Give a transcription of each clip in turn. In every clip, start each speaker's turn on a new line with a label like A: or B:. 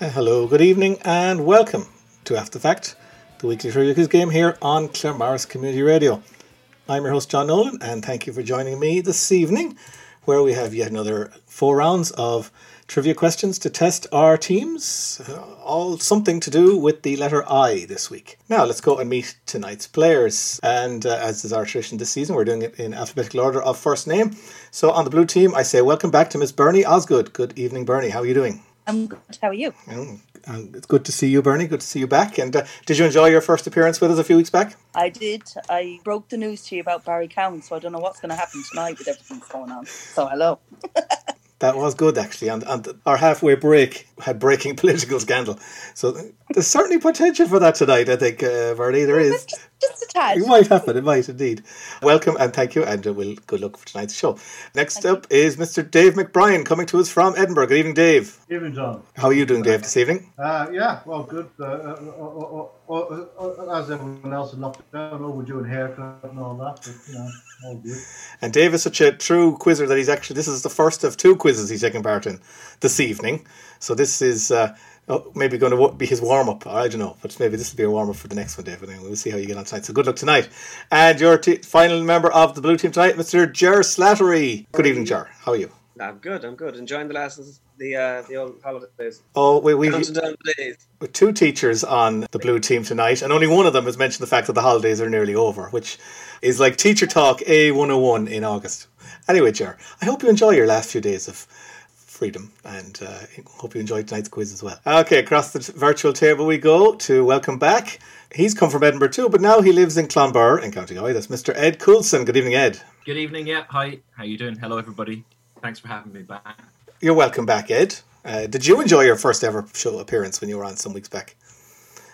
A: Uh, Hello, good evening, and welcome to After the Fact, the weekly Trilogies game here on Claremorris Community Radio. I'm your host, John Nolan, and thank you for joining me this evening, where we have yet another four rounds of trivia questions to test our teams, uh, all something to do with the letter I this week. Now, let's go and meet tonight's players. And uh, as is our tradition this season, we're doing it in alphabetical order of first name. So on the blue team, I say welcome back to Miss Bernie Osgood. Good evening, Bernie. How are you doing?
B: I'm good. How are you?
A: Um, it's good to see you, Bernie. Good to see you back. And uh, did you enjoy your first appearance with us a few weeks back?
B: I did. I broke the news to you about Barry Cowan, so I don't know what's going to happen tonight with everything that's going on. So hello.
A: That was good, actually. And, and our halfway break had breaking political scandal. So there's certainly potential for that tonight, I think, uh, Bernie. There is.
B: Just, just a tad.
A: It might happen. It might indeed. Welcome and thank you. And uh, we'll good luck for tonight's show. Next up is Mr. Dave McBrien coming to us from Edinburgh. Good evening, Dave.
C: Evening, John.
A: How are you doing, Dave, this evening?
C: Uh, yeah, well, good. Uh, uh, uh, uh, uh, uh, as everyone else in lockdown, overdoing haircut and all that, but you know, all good.
A: And Dave is such a true quizzer that he's actually this is the first of two quizzes he's taking part in this evening. So this is uh, oh, maybe going to wa- be his warm up. I don't know, but maybe this will be a warm up for the next one, Dave. Anyway, we'll see how you get on tonight. So good luck tonight. And your t- final member of the blue team tonight, Mr. Jer Slattery. Good evening, Jer. How are you?
D: I'm good. I'm good. Enjoying the last the uh, the old holidays.
A: Oh, we we
D: Counting down the days.
A: with two teachers on the blue team tonight, and only one of them has mentioned the fact that the holidays are nearly over, which is like teacher talk A101 in August. Anyway, Jer, I hope you enjoy your last few days of freedom and uh, hope you enjoyed tonight's quiz as well. Okay, across the t- virtual table we go to welcome back. He's come from Edinburgh too, but now he lives in Clonburr in County Galway. That's Mr. Ed Coulson. Good evening, Ed.
E: Good evening. Yeah. Hi. How you doing? Hello, everybody. Thanks for having me back.
A: You're welcome back, Ed. Uh, did you enjoy your first ever show appearance when you were on some weeks back?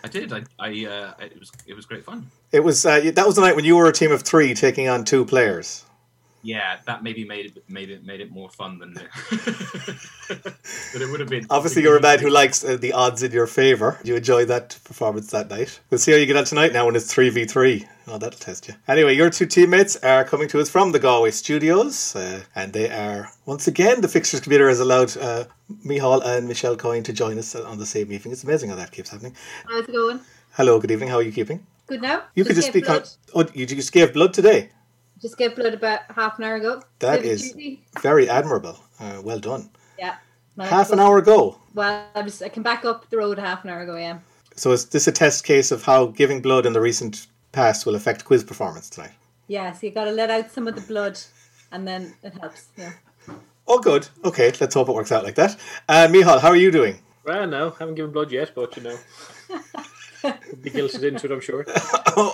E: I did. I. I uh, it was. It was great fun.
A: It was uh, that was the night when you were a team of three taking on two players.
E: Yeah. That maybe made it made it made it more fun than the, than it would have been.
A: Obviously, you're a man who likes uh, the odds in your favour. You enjoyed that performance that night. We'll see how you get on tonight now when it's 3v3. Oh, that'll test you. Anyway, your two teammates are coming to us from the Galway studios, uh, and they are, once again, the fixtures computer has allowed uh, Mihal and Michelle Coyne to join us on the same evening. It's amazing how that keeps happening.
F: How's it going?
A: Hello, good evening. How are you keeping?
F: Good now?
A: You could just be
F: gave
A: con-
F: blood.
A: Oh, you just gave blood today.
F: Just gave blood about half an hour ago.
A: That
F: Maybe
A: is-
F: Tuesday.
A: Very admirable. Uh, well done.
F: Yeah. No,
A: Half
F: it's
A: an
F: good.
A: hour ago.
F: Well, I was I came back up the road half an hour ago, yeah.
A: So is this a test case of how giving blood in the recent past will affect quiz performance tonight?
F: Yeah, so you gotta let out some of the blood and then it helps. Yeah.
A: Oh, good. Okay, let's hope it works out like that. Uh, Mihal, how are you doing?
G: Well, no, haven't given blood yet, but you know, Would be guilted into it, I'm sure.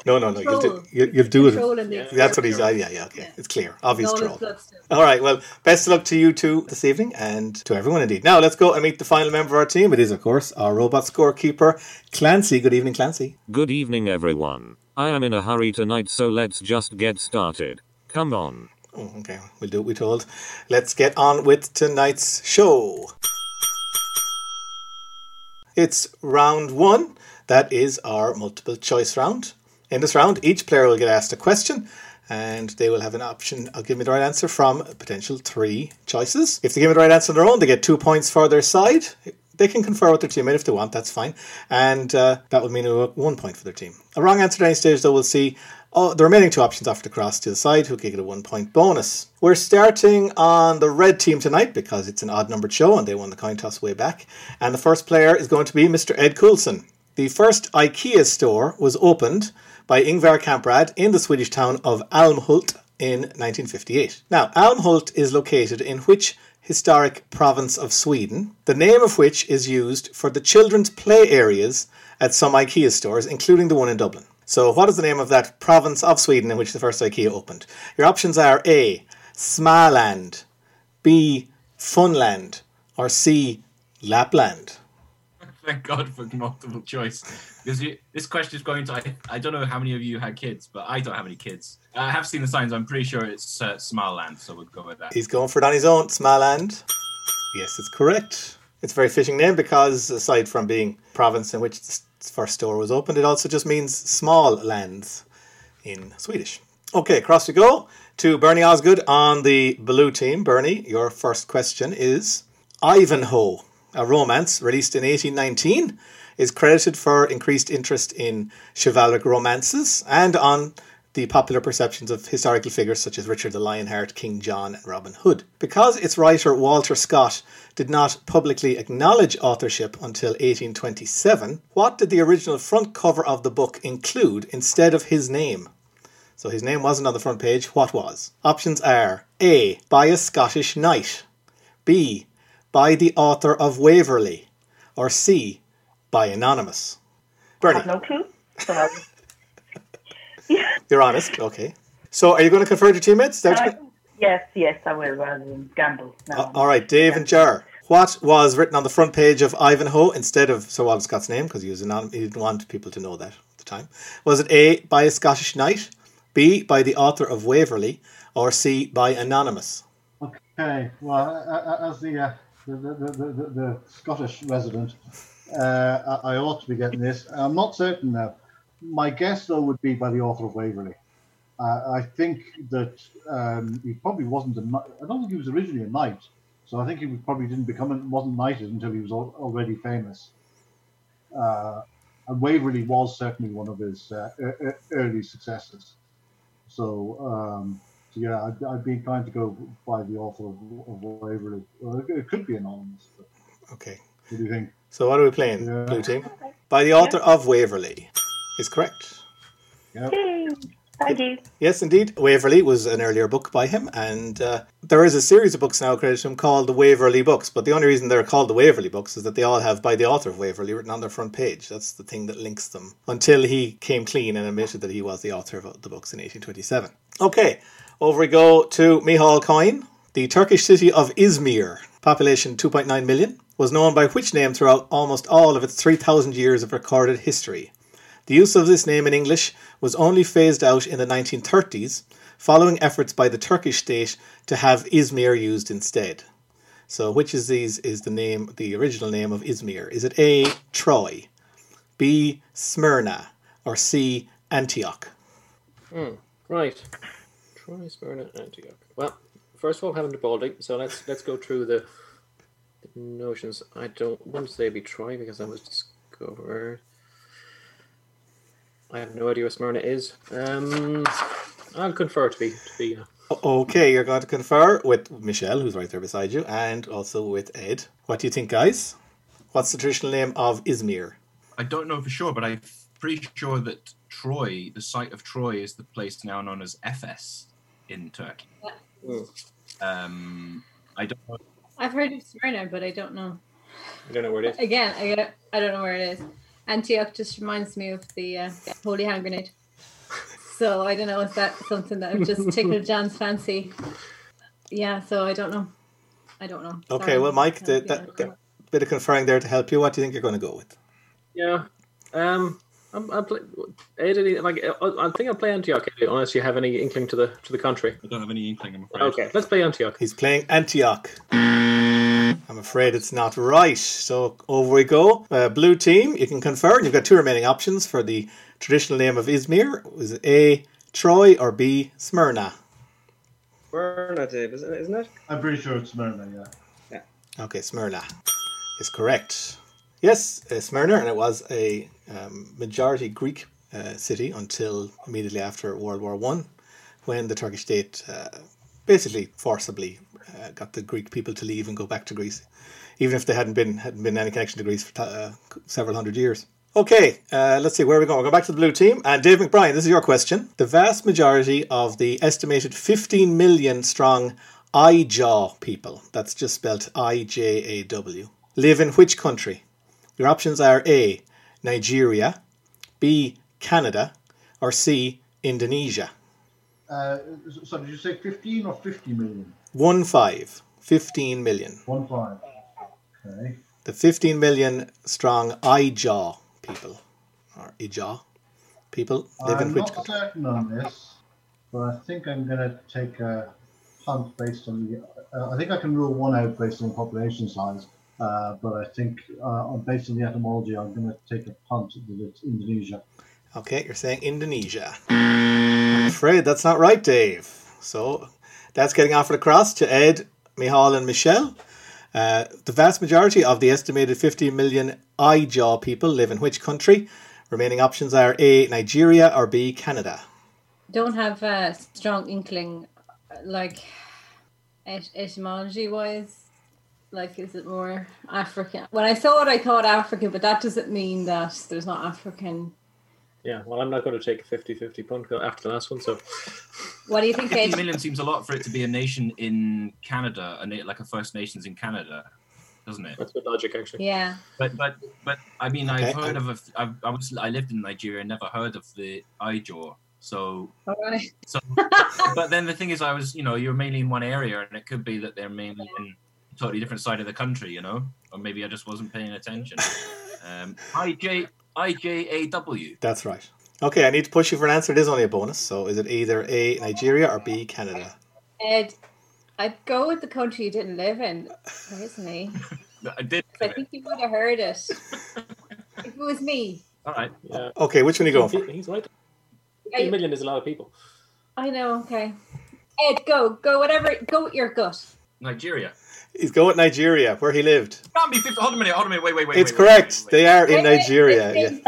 A: no, no, no. You'll do,
F: Troll.
A: you, you'll do it.
F: Controlling the
G: Yeah.
A: That's what he's. Uh, yeah, yeah, okay. It's clear. Obvious
F: all
A: troll.
F: his blood still.
A: All right. Well, best of luck to you two this evening and to everyone indeed. Now let's go and meet the final member of our team. It is, of course, our robot scorekeeper, Clancy. Good evening, Clancy.
H: Good evening, everyone. I am in a hurry tonight, so let's just get started. Come on.
A: Oh, okay, we'll do what we told. Let's get on with tonight's show. It's round one. That is our multiple choice round. In this round, each player will get asked a question and they will have an option of giving me the right answer from a potential three choices. If they give me the right answer on their own, they get two points for their side. They can confer with their teammate if they want, that's fine. And uh, that would mean a- one point for their team. A wrong answer at any stage, though, will see Oh, the remaining two options after the cross to the side who can get a one point bonus. We're starting on the red team tonight because it's an odd numbered show and they won the coin toss way back. And the first player is going to be Mr. Ed Coulson. The first IKEA store was opened by Ingvar Kamprad in the Swedish town of Almhult in 1958. Now, Almhult is located in which historic province of Sweden, the name of which is used for the children's play areas at some IKEA stores, including the one in Dublin. So, what is the name of that province of Sweden in which the first IKEA opened? Your options are A. Smaland, B. Funland, or C, Lapland?
E: Thank God for multiple choice because you, this question is going to. I, I don't know how many of you had kids, but I don't have any kids. I have seen the signs. I'm pretty sure it's uh, Smileland, so we'll go with that.
A: He's going for it on his own, Smaland. Yes, it's correct. It's a very fishing name because, aside from being province in which the s- first store was opened, it also just means small lands in Swedish. Okay, across we go to Bernie Osgood on the blue team. Bernie, your first question is Ivanhoe, a romance released in 1819, is credited for increased interest in chivalric romances and on the popular perceptions of historical figures such as Richard the Lionheart, King John, and Robin Hood. Because its writer Walter Scott did not publicly acknowledge authorship until 1827, what did the original front cover of the book include instead of his name? So his name wasn't on the front page. What was? Options are A. By a Scottish knight. B. By the author of Waverley. Or C. By Anonymous. Bernie.
B: I've no clue. So,
A: You're honest, okay. So, are you going to confer to teammates? That's
B: I- yes, yes, I will rather than gamble. No,
A: Uh, all right, Dave and Jar. What was written on the front page of Ivanhoe instead of Sir Walter Scott's name because he was anon- he didn't want people to know that at the time? Was it A by a Scottish knight, B by the author of Waverley, or C by anonymous?
C: Okay, well, a- a- as the, uh, the, the, the, the, the Scottish resident, uh, I I ought to be getting this. I'm not certain now. My guess, though, would be by the author of Waverley. Uh, I think that um, he probably wasn't a knight. I don't think he was originally a knight, so I think he probably didn't become a, wasn't knighted until he was al- already famous. Uh, and Waverley was certainly one of his uh, e- e- early successes. So, um, so yeah, I'd, I'd be inclined to go by the author of, of Waverley. Well, it, it could be anonymous. But
A: Okay.
C: what do you think?
A: So, what are we playing,
C: Yeah.
A: blue team? By the author of Waverley is correct.
C: Yeah.
B: Yay, Thank you.
A: Yes, indeed. Waverley was an earlier book by him, and uh, there is a series of books now credited to him called the Waverley Books. But the only reason they're called the Waverley Books is that they all have by the author of Waverley written on their front page. That's the thing that links them until he came clean and admitted that he was the author of the books in 1827. Okay, over we go to Mihal Coin. The Turkish city of Izmir, population 2.9 million, was known by which name throughout almost all of its 3,000 years of recorded history. The use of this name in English was only phased out in the 1930s, following efforts by the Turkish state to have Izmir used instead. So, which of these is the name, the original name of Izmir? Is it A. Troy, B. Smyrna, or C. Antioch?
G: Right. Troy, Smyrna, Antioch. Well, first of all, happened to Baldy, so let's let's go through the, the notions. I don't want to say it'd be Troy because that was discovered. I have no idea where Smyrna is. Um, I'll confer to be to be. Uh,
A: Okay, you're going to confer with Michelle, who's right there beside you, and also with Ed. What do you think, guys? What's the traditional name of Izmir?
E: I don't know for sure, but I'm pretty sure that Troy, the site of Troy, is the place now known as Efes in Turkey. Um, I don't know.
F: I've heard of Smyrna, but I don't know.
G: I don't know where it is.
F: Again, I I don't know where it is. Antioch just reminds me of the uh, holy hand grenade. So I don't know if that's something that would just tickled Jan's fancy. Yeah, so I don't know. I don't know.
A: Okay,
F: Sorry.
A: well, Mike,
F: Yeah,
A: the,
F: yeah,
A: that,
F: I
A: that
F: don't
A: bit of conferring there to help you. What do you think you're going to go with?
G: Yeah. Um. I'm, I'm play, Ed, any- like I, I think I'll play Antioch Ed, unless you have any inkling to the to the country.
E: I don't have any inkling. I'm afraid.
G: Okay, let's play Antioch.
A: He's playing Antioch. I'm afraid it's not right. So over we go. Uh, blue team, you can confer. You've got two remaining options for the traditional name of Izmir. Was it A, Troy, or B, Smyrna?
D: Smyrna, Dave, isn't it? Isn't it?
C: I'm pretty sure it's Smyrna, yeah.
A: Okay, Smyrna is correct. Yes, uh, Smyrna, and it was a um, majority Greek uh, city until immediately after World War One, when the Turkish state uh, basically forcibly uh, got the Greek people to leave and go back to Greece, even if they hadn't been hadn't been any connection to Greece for uh, several hundred years. Okay, uh, let's see where are we going. We're going back to the blue team. And Dave McBride, this is your question. The vast majority of the estimated 15 million strong IJAW people, that's just spelled I J A W, live in which country? Your options are A, Nigeria, B, Canada, or C, Indonesia.
C: Uh, so did you say 15 or 50 million?
A: 1 5. 15 million.
C: One five. Okay.
A: The 15 million strong Ijaw people, or Ijaw people, live in
C: I'm
A: which
C: not
A: country?
C: certain on this, but I think I'm going to take a punt based on the. Uh, I think I can rule one out based on population size, uh, but I think uh, on- based on the etymology, I'm going to take a punt that it's Indonesia.
A: Okay, you're saying Indonesia. I'm afraid that's not right, Dave. So that's getting offered across to Ed, Mihal, and Michelle. Uh, the vast majority of the estimated 50 million Ijaw people live in which country? Remaining options are A, Nigeria, or B, Canada.
F: Don't have a strong inkling, like et- etymology wise. Like, is it more African? When I saw it, I thought African, but that doesn't mean that there's not African.
G: Yeah, well, I'm not going to take a 50 50 punt after the last one, so
F: What do you think, Ed?
E: 50 million seems a lot for it to be a nation in Canada, and like a First Nations in Canada, doesn't it?
G: that's good logic, actually.
F: Yeah.
E: But but but I mean,
A: Okay,
E: I've heard
A: I-
E: of. A, f- I've, I was I lived in Nigeria and never heard of the Ijaw. So
F: All right.
E: so, but then the thing is, I was you know you're mainly in one area, and it could be that they're mainly in a totally different side of the country, you know, or maybe I just wasn't paying attention. Um, I J I J A W.
A: That's right. Okay, I need to push you for an answer. It is only a bonus. So is it either A, Nigeria, or B, Canada?
F: Ed, I'd go with the country you didn't live in, personally.
E: I did.
F: 'Cause I think you would have heard it. if it was me,
E: All right.
G: Yeah.
A: Okay, which one are you going for?
G: He- He's right.
F: Are you-
G: 50 million is a lot of people.
F: I know. Okay, Ed, go, go, whatever, go with your gut.
E: Nigeria.
A: He's going with Nigeria, where he lived.
E: Can't be 50. Hold on a minute. Hold on a minute. Wait, wait, wait.
A: it's
E: wait, wait,
A: correct.
E: wait, wait.
A: They are in
F: Wait, wait,
A: Nigeria.
F: wait,
A: Yeah,
F: wait.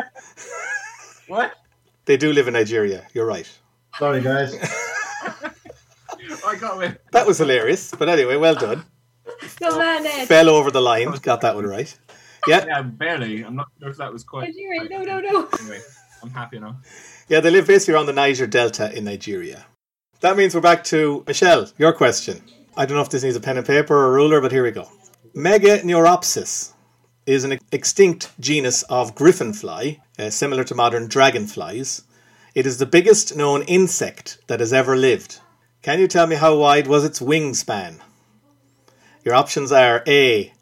E: What?
A: they do live in Nigeria. You're right.
C: Sorry, guys.
E: I got with.
A: That was hilarious. But anyway, well done.
F: Go on, Ed.
A: Fell over the line. Got that one right. Yeah,
E: Yeah, barely. I'm not sure if that was quite.
F: Nigeria, no, no, no.
E: Anyway, I'm happy now.
A: yeah. They live basically around the Niger Delta in Nigeria. That means we're back to Michelle. Your question. I don't know if this needs a pen and paper or a ruler, but here we go. Meganeuropsis is an extinct genus of griffin fly, uh, similar to modern dragonflies. It is the biggest known insect that has ever lived. Can you tell me how wide was its wingspan? Your options are A,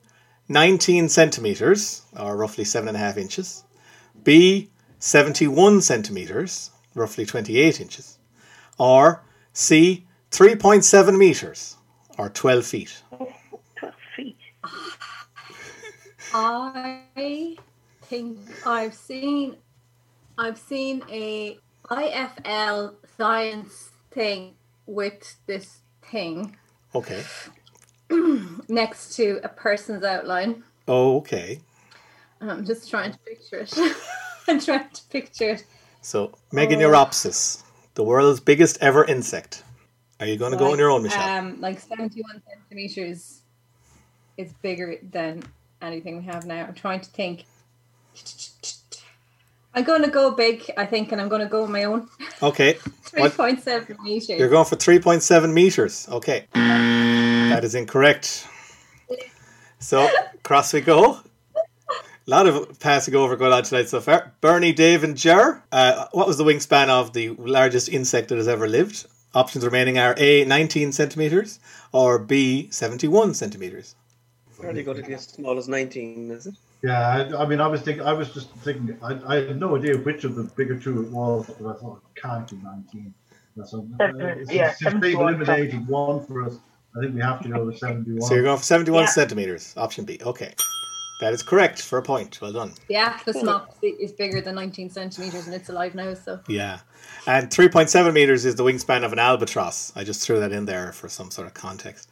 A: 19 centimeters, or roughly 7.5 inches, B, 71 centimeters, roughly 28 inches, or C, 3.7 meters, or 12 feet.
B: 12 feet.
F: I think I've seen, I've seen a IFL science thing with this thing
A: Okay.
F: next to a person's outline.
A: Okay.
F: I'm Um, just trying to picture it. I'm trying to picture it.
A: So, Meganeuropsis, the world's biggest ever insect. Are you going to go on your own, Michelle?
F: Um, like 71 centimeters is bigger than anything we have now. I'm trying to think. I'm going to go big, I think, and I'm going to go on my own.
A: okay. What?
F: 3.7 meters.
A: You're going for 3.7 meters. Okay. That is incorrect. So, cross we go. A lot of passing over going on tonight so far. Bernie, Dave, and Jer. Uh, what was the wingspan of the largest insect that has ever lived? Options remaining are A, 19 centimeters, or B, 71 centimeters.
D: Probably go to the smallest 19, is it?
C: Yeah, I, I mean, I was thinking, I was just thinking, I, I had no idea which of the bigger two it was, but I thought it can't be 19. That's a,
B: Seven-
C: uh, since-
B: yeah,
C: since they've
B: 71.
C: eliminated one for us, I think we have to go with 71.
A: So you're going for 71
B: Yeah.
A: centimeters, option B. Okay. That is correct for a point. Well done.
F: The atlas mop is bigger than 19 centimeters, and it's alive now. So
A: Yeah. And 3.7 meters is the wingspan of an albatross. I just threw that in there for some sort of context.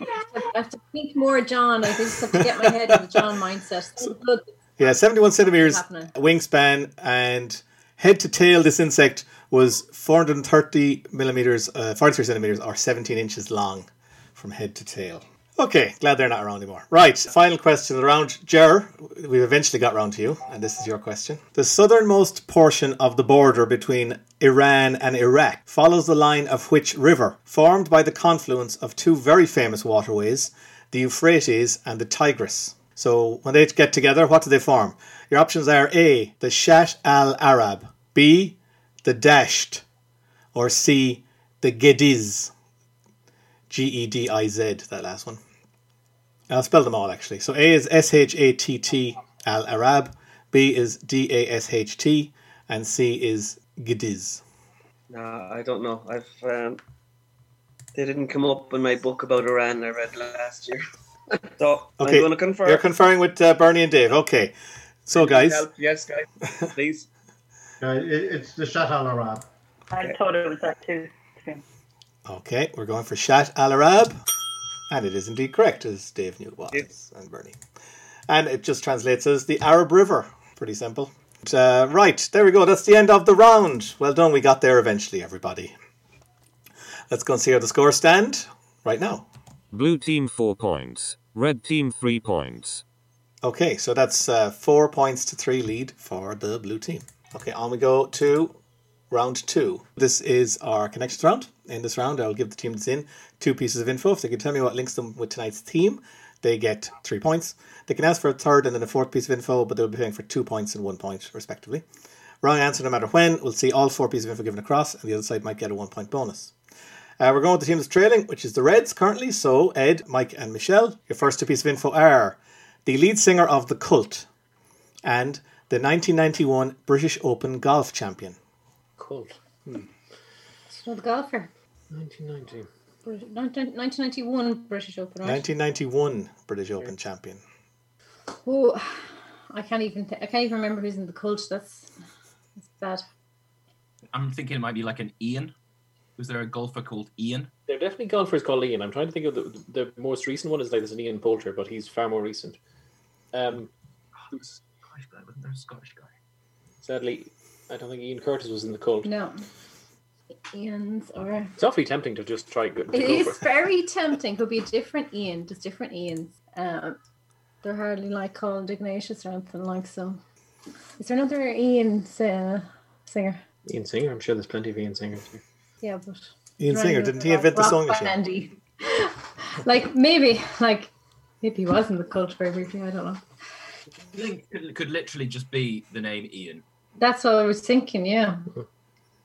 F: I have to think more, John. I just have to get my head in the John mindset. So good.
A: Yeah, 71 centimeters
F: Happening.
A: wingspan and head to tail this insect was 430 millimeters, uh, 43 centimeters or 17 inches long from head to tail. Okay, glad they're not around anymore. Right, final question of the round. Jer, we've eventually got round to you, and this is your question. The southernmost portion of the border between Iran and Iraq follows the line of which river, formed by the confluence of two very famous waterways, the Euphrates and the Tigris. So when they get together, what do they form? Your options are A, the Shatt al Arab, B, the Dasht, or C, the Gediz. G E D I Z, that last one. I'll spell them all actually. So A is S H A T T Al Arab, B is D A S H T, and C is Gdiz.
D: No, I don't know. I've um, they didn't come up in my book about Iran I read last year. so
A: Okay,
D: I'm going to confer.
A: you're conferring with uh, Bernie and Dave. Okay, so guys,
D: Help. Yes, guys, please.
C: Uh, it, it's the Shatt al Arab.
B: I thought it was that too.
A: okay, we're going for Shat Al Arab, and it is indeed correct, as Dave knew it was, and Bernie, and it just translates as the Arab River. Pretty simple. And, uh, right, there we go. That's the end of the round. Well done. We got there eventually, everybody. Let's go and see how the scores stand right now.
H: Blue team 4 points. Red team 3 points.
A: Okay, so that's uh, four points to three lead for the blue team. Okay, on we go to round two. This is our connections round. In this round, I'll give the team that's in two pieces of info. If they can tell me what links them with tonight's theme, they get three points. They can ask for a third and then a fourth piece of info, but they'll be paying for two points and one point, respectively. Wrong answer, no matter when, will see all four pieces of info given across, and the other side might get a one point bonus. Uh, we're going with the team that's trailing, which is the Reds currently. So, Ed, Mike, and Michelle, your first two pieces of info are the lead singer of The Cult and the 1991 British Open golf champion.
G: Cold. Hmm.
F: It's not the golfer.
G: 1990.
F: Brit- 19- 1991 British Open, right?
A: 1991 British Open champion.
F: Oh, I can't even. Th- I can't even remember who's in the cult. That's that's bad.
E: I'm thinking it might be like an Ian. Was there a golfer called Ian?
G: There are definitely golfers called Ian. I'm trying to think of the, the most recent one is like there's an Ian Poulter, but he's far more recent. Um,
E: Scottish guy, wasn't there a Scottish guy?
G: sadly, I don't think Ian Curtis was in the cold.
F: No, Ian's or
G: It's awfully tempting to just try good. To
F: it
G: go
F: is
G: for.
F: very tempting. Could be a different Ian. There's different Ians. Um, they're hardly like called Ignatius or anything like so. Is there another Ian uh, singer?
G: Ian Singer. I'm sure there's plenty of Ian Singers. here.
F: Yeah, but
A: Ian Singer, didn't he invent the
F: Rock
A: song
F: band
A: machine?
F: Andy. like maybe, like maybe he was in the cult very briefly. I don't know.
E: Link could, could literally just be the name Ian.
F: That's what I was thinking. Yeah,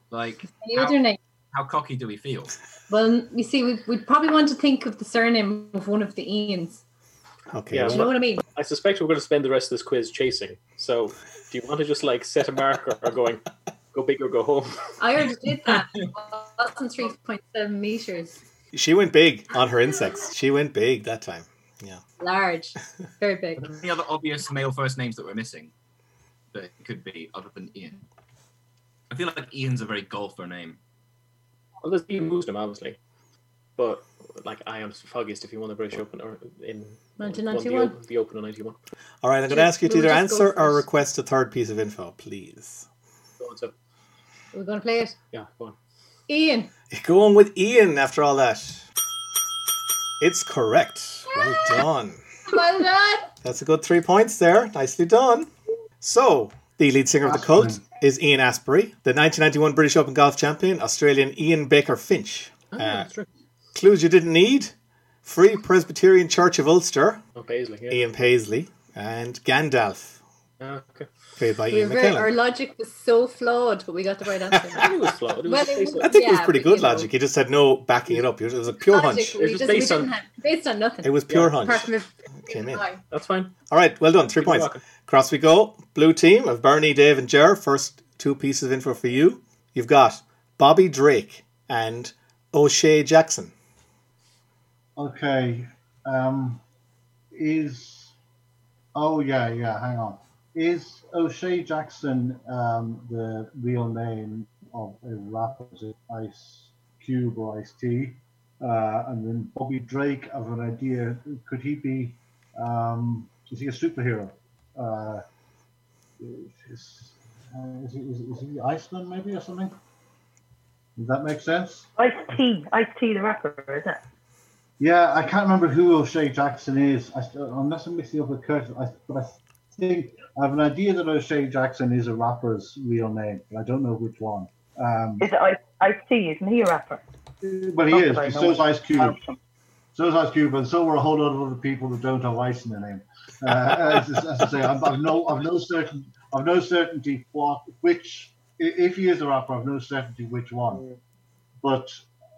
E: Like,
F: the
E: how,
F: other name.
E: how cocky do we feel?
F: Well, you see, we, we'd probably want to think of the surname of one of the Ians.
A: Okay.
G: Yeah,
F: Do you know
G: well,
F: what I mean?
G: I suspect we're going to spend the rest of this quiz chasing. So, do you want to just like set a marker or going, go big or go home?
F: I already did that. That's on 3.7 meters.
A: She went big on her insects. She went big that time.
F: Large. Very
E: Are
F: big.
E: there any other obvious male first names that we're missing that it could be other than Ian? I feel like Ian's a very golfer name.
G: Well, there's Ian Woosnam, obviously, but like I am foggiest if he won the British Open or in won the
F: 1991.
G: Open- the Open in '91.
A: All right, I'm going to ask you to
F: We'll
A: either
F: just go
A: answer or
F: first.
A: request a third piece of info, please.
G: Go on, so
F: We're going to play it.
G: yeah, go on.
F: Ian.
A: Going with Ian after all that. It's correct. Well done.
F: Well done.
A: That's a good three points there. Nicely done. So, the lead singer of the cult is Ian Asprey, the 1991 British Open golf champion, Australian Ian Baker Finch.
G: Ah,
A: Uh,
G: that's true.
A: clues you didn't need Free Presbyterian Church of Ulster,
G: Oh, Paisley. Yeah.
A: Ian Paisley, and Gandalf,
G: Ah, okay.
A: played by
F: We were
A: Ian
F: very, our
A: McKellen.
F: logic was so flawed, but we got the right
G: I think
F: answer.
G: it was flawed. It was
F: Well,
G: just
F: it
G: based
F: was-
A: I think it was
F: Yeah,
A: pretty
F: but,
A: good
F: you know.
A: logic. He just had no backing it up. It was a pure hunch.
F: Logic, we
G: It was
F: just, we
G: based on-
F: didn't have, based on nothing.
A: It was pure
G: Yeah.
A: hunch.
F: Apart from if-
A: Came in.
F: Why?
G: on- that's fine.
A: All right, well done. Three
G: Keep it
A: points.
G: rocking.
A: Across we go. Blue team of Bernie, Dave, and Jer. First two pieces of info for you. You've got Bobby Drake and O'Shea Jackson.
C: Okay. Um, is oh yeah yeah hang on. Is O'Shea Jackson um, the real name of a rapper? Is it Ice Cube or Ice T? Uh, and then Bobby Drake of an idea. Could he be? Um, is he a superhero? Uh, is, uh, is, he, is, is he Iceland maybe or something? Does that make sense?
B: Ice tea. Ice tea, the rapper, is it?
C: Yeah, I can't remember who O'Shea Jackson is. I, st- unless I'm mixing up with Curtis, I, but I think I have an idea that O'Shea Jackson is a rapper's real name, but I don't know which one. Um,
B: Is it Ice, ice tea? Isn't he a rapper?
C: well, he
B: Not
C: is.
B: that I
C: but
B: know
C: So
B: of.
C: is
B: Um,
C: Ice Cube. So is Ice Cube, and so are a whole lot of other people that don't have ice in their name. Uh, as, as I say, I'm, I've no, I've no certain, I've no certainty what, which, i- if he is a rapper, I've no certainty which one. But,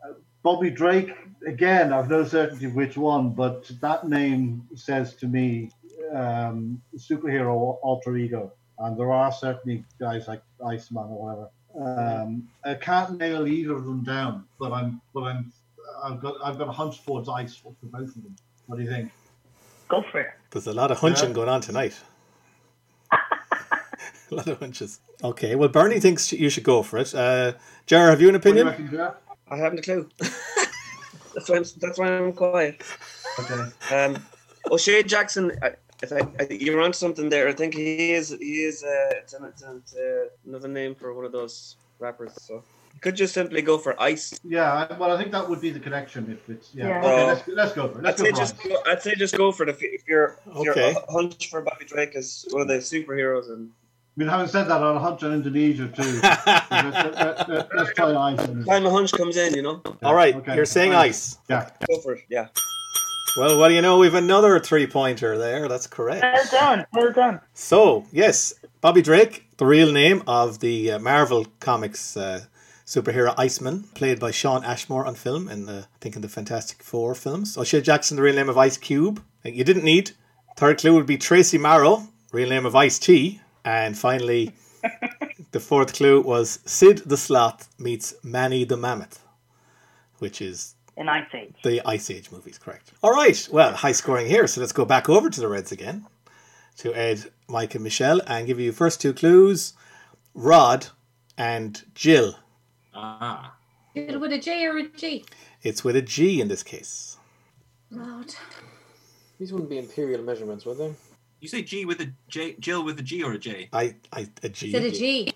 C: uh, Bobby Drake, again, I've no certainty which one, but that name says to me um, superhero alter ego. And there are certainly guys like Iceman or whatever. Um, I can't nail either of them down, but I'm, but I'm, I've got, I've got a hunch towards ice for for both of them. What do you think?
B: Go for it.
A: There's a lot of hunching going on tonight. a lot of hunches. Okay, well, Bernie thinks you should go for it. Uh, Jar, have you an opinion?
C: What do you reckon, Jar?
D: I haven't a clue. that's why I'm. That's why I'm quiet.
C: Okay.
D: Um, O'Shea Jackson. I, I, think- I, think you're on something there. I think he is. He is. Uh, it's an, it's an, uh, another name for one of those rappers. So you could just simply go for Ice.
C: Yeah, I- well, I think that would be the connection if it's yeah.
B: Yeah.
C: Okay,
D: Oh.
C: let's, let's go for it.
D: I'd
C: Let's
D: say
C: go for
D: just.
C: it.
D: Go, I'd say just go for the. If your if
A: Okay.
D: your hunch for Bobby Drake is one of the superheroes, and
C: I mean, having said that, I'll hunch on Indonesia too. let's, let, let, let's try ice. on this.
D: time a hunch comes in, you know,
A: All right,
C: uh, Okay.
A: you're saying
C: Fine.
A: ice.
C: Yeah.
D: go for it. Yeah.
A: Well, what do you know? We've another three pointer there. That's correct.
B: Well done. Well done.
A: So, yes, Bobby Drake, the real name of the uh, Marvel Comics uh, superhero Iceman, played by Sean Ashmore on film, in the, I think in the Fantastic Four films. O'Shea Jackson, the real name of Ice Cube. that You didn't need. Third clue would be Tracy Morrow, real name of Ice T. And finally, the fourth clue was Sid the Sloth meets Manny the Mammoth, which is
B: In Ice Age.
A: the Ice Age movies, correct. All right. Well, high scoring here. So let's go back over to the Reds again to Ed, Mike, and Michelle and give you first two clues Rod and Jill.
E: Ah,
F: It with a J or a G?
A: It's with a G in this case.
F: Lord.
G: These wouldn't be imperial measurements, would they?
E: you say G with a J, Jill with a G or a J?
A: I, I a G.
F: Is it a G?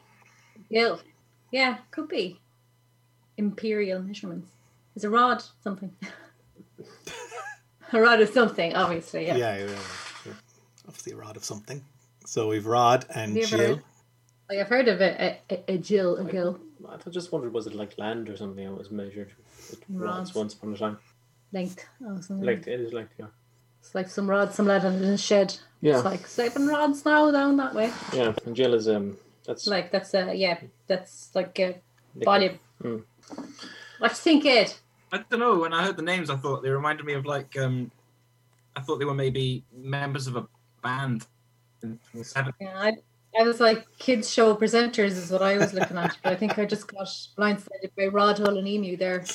F: Gil. Yeah, could be. Imperial measurements. Is a rod something? a rod of something, obviously. Yeah.
A: Yeah, yeah, yeah, yeah. obviously a rod of something. So we've Rod and
F: Have you ever
A: Jill.
F: Like I've heard of it, a, a, a Jill, a Gil,
G: I th- just wondered, was it like land or something that was measured with rods
F: Rods.
G: once upon a time?
F: length. Or something.
G: Like it is like yeah,
F: It's like some rod, some lad in a shed.
G: yeah,
F: It's like seven rods now down that way.
G: yeah. And Jill is um, that's
F: Like that's a yeah, that's like a
G: Nick-
F: volume.
G: Mm.
F: What do you think, Ed?
E: I don't know. When I heard the names, I thought they reminded me of like um, I thought they were maybe members of a band in the 70s.
F: Yeah, I, I was like kids show presenters is what I was looking at, but I think I just got blindsided by Rod Hull and Emu there.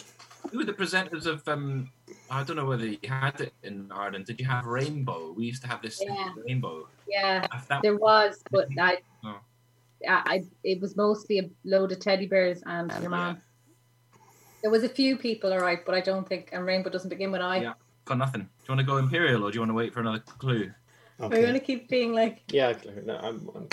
E: Who were the presenters of? Um, I don't know whether you had it in Ireland. Did you have Rainbow? We used to have this thing,
F: Yeah.
E: Rainbow.
F: Yeah,
E: I- That,
F: there was, but I,
E: Oh.
F: I, I, it was mostly a load of teddy bears and your mom. There was a few people, all right, but I don't think, and Rainbow doesn't begin with I.
E: Yeah. got nothing. Do you want to go Imperial or do you want to wait for another clue?
F: We're going
A: Okay.
F: to keep being like,
G: yeah. clear. No, I'm, I'm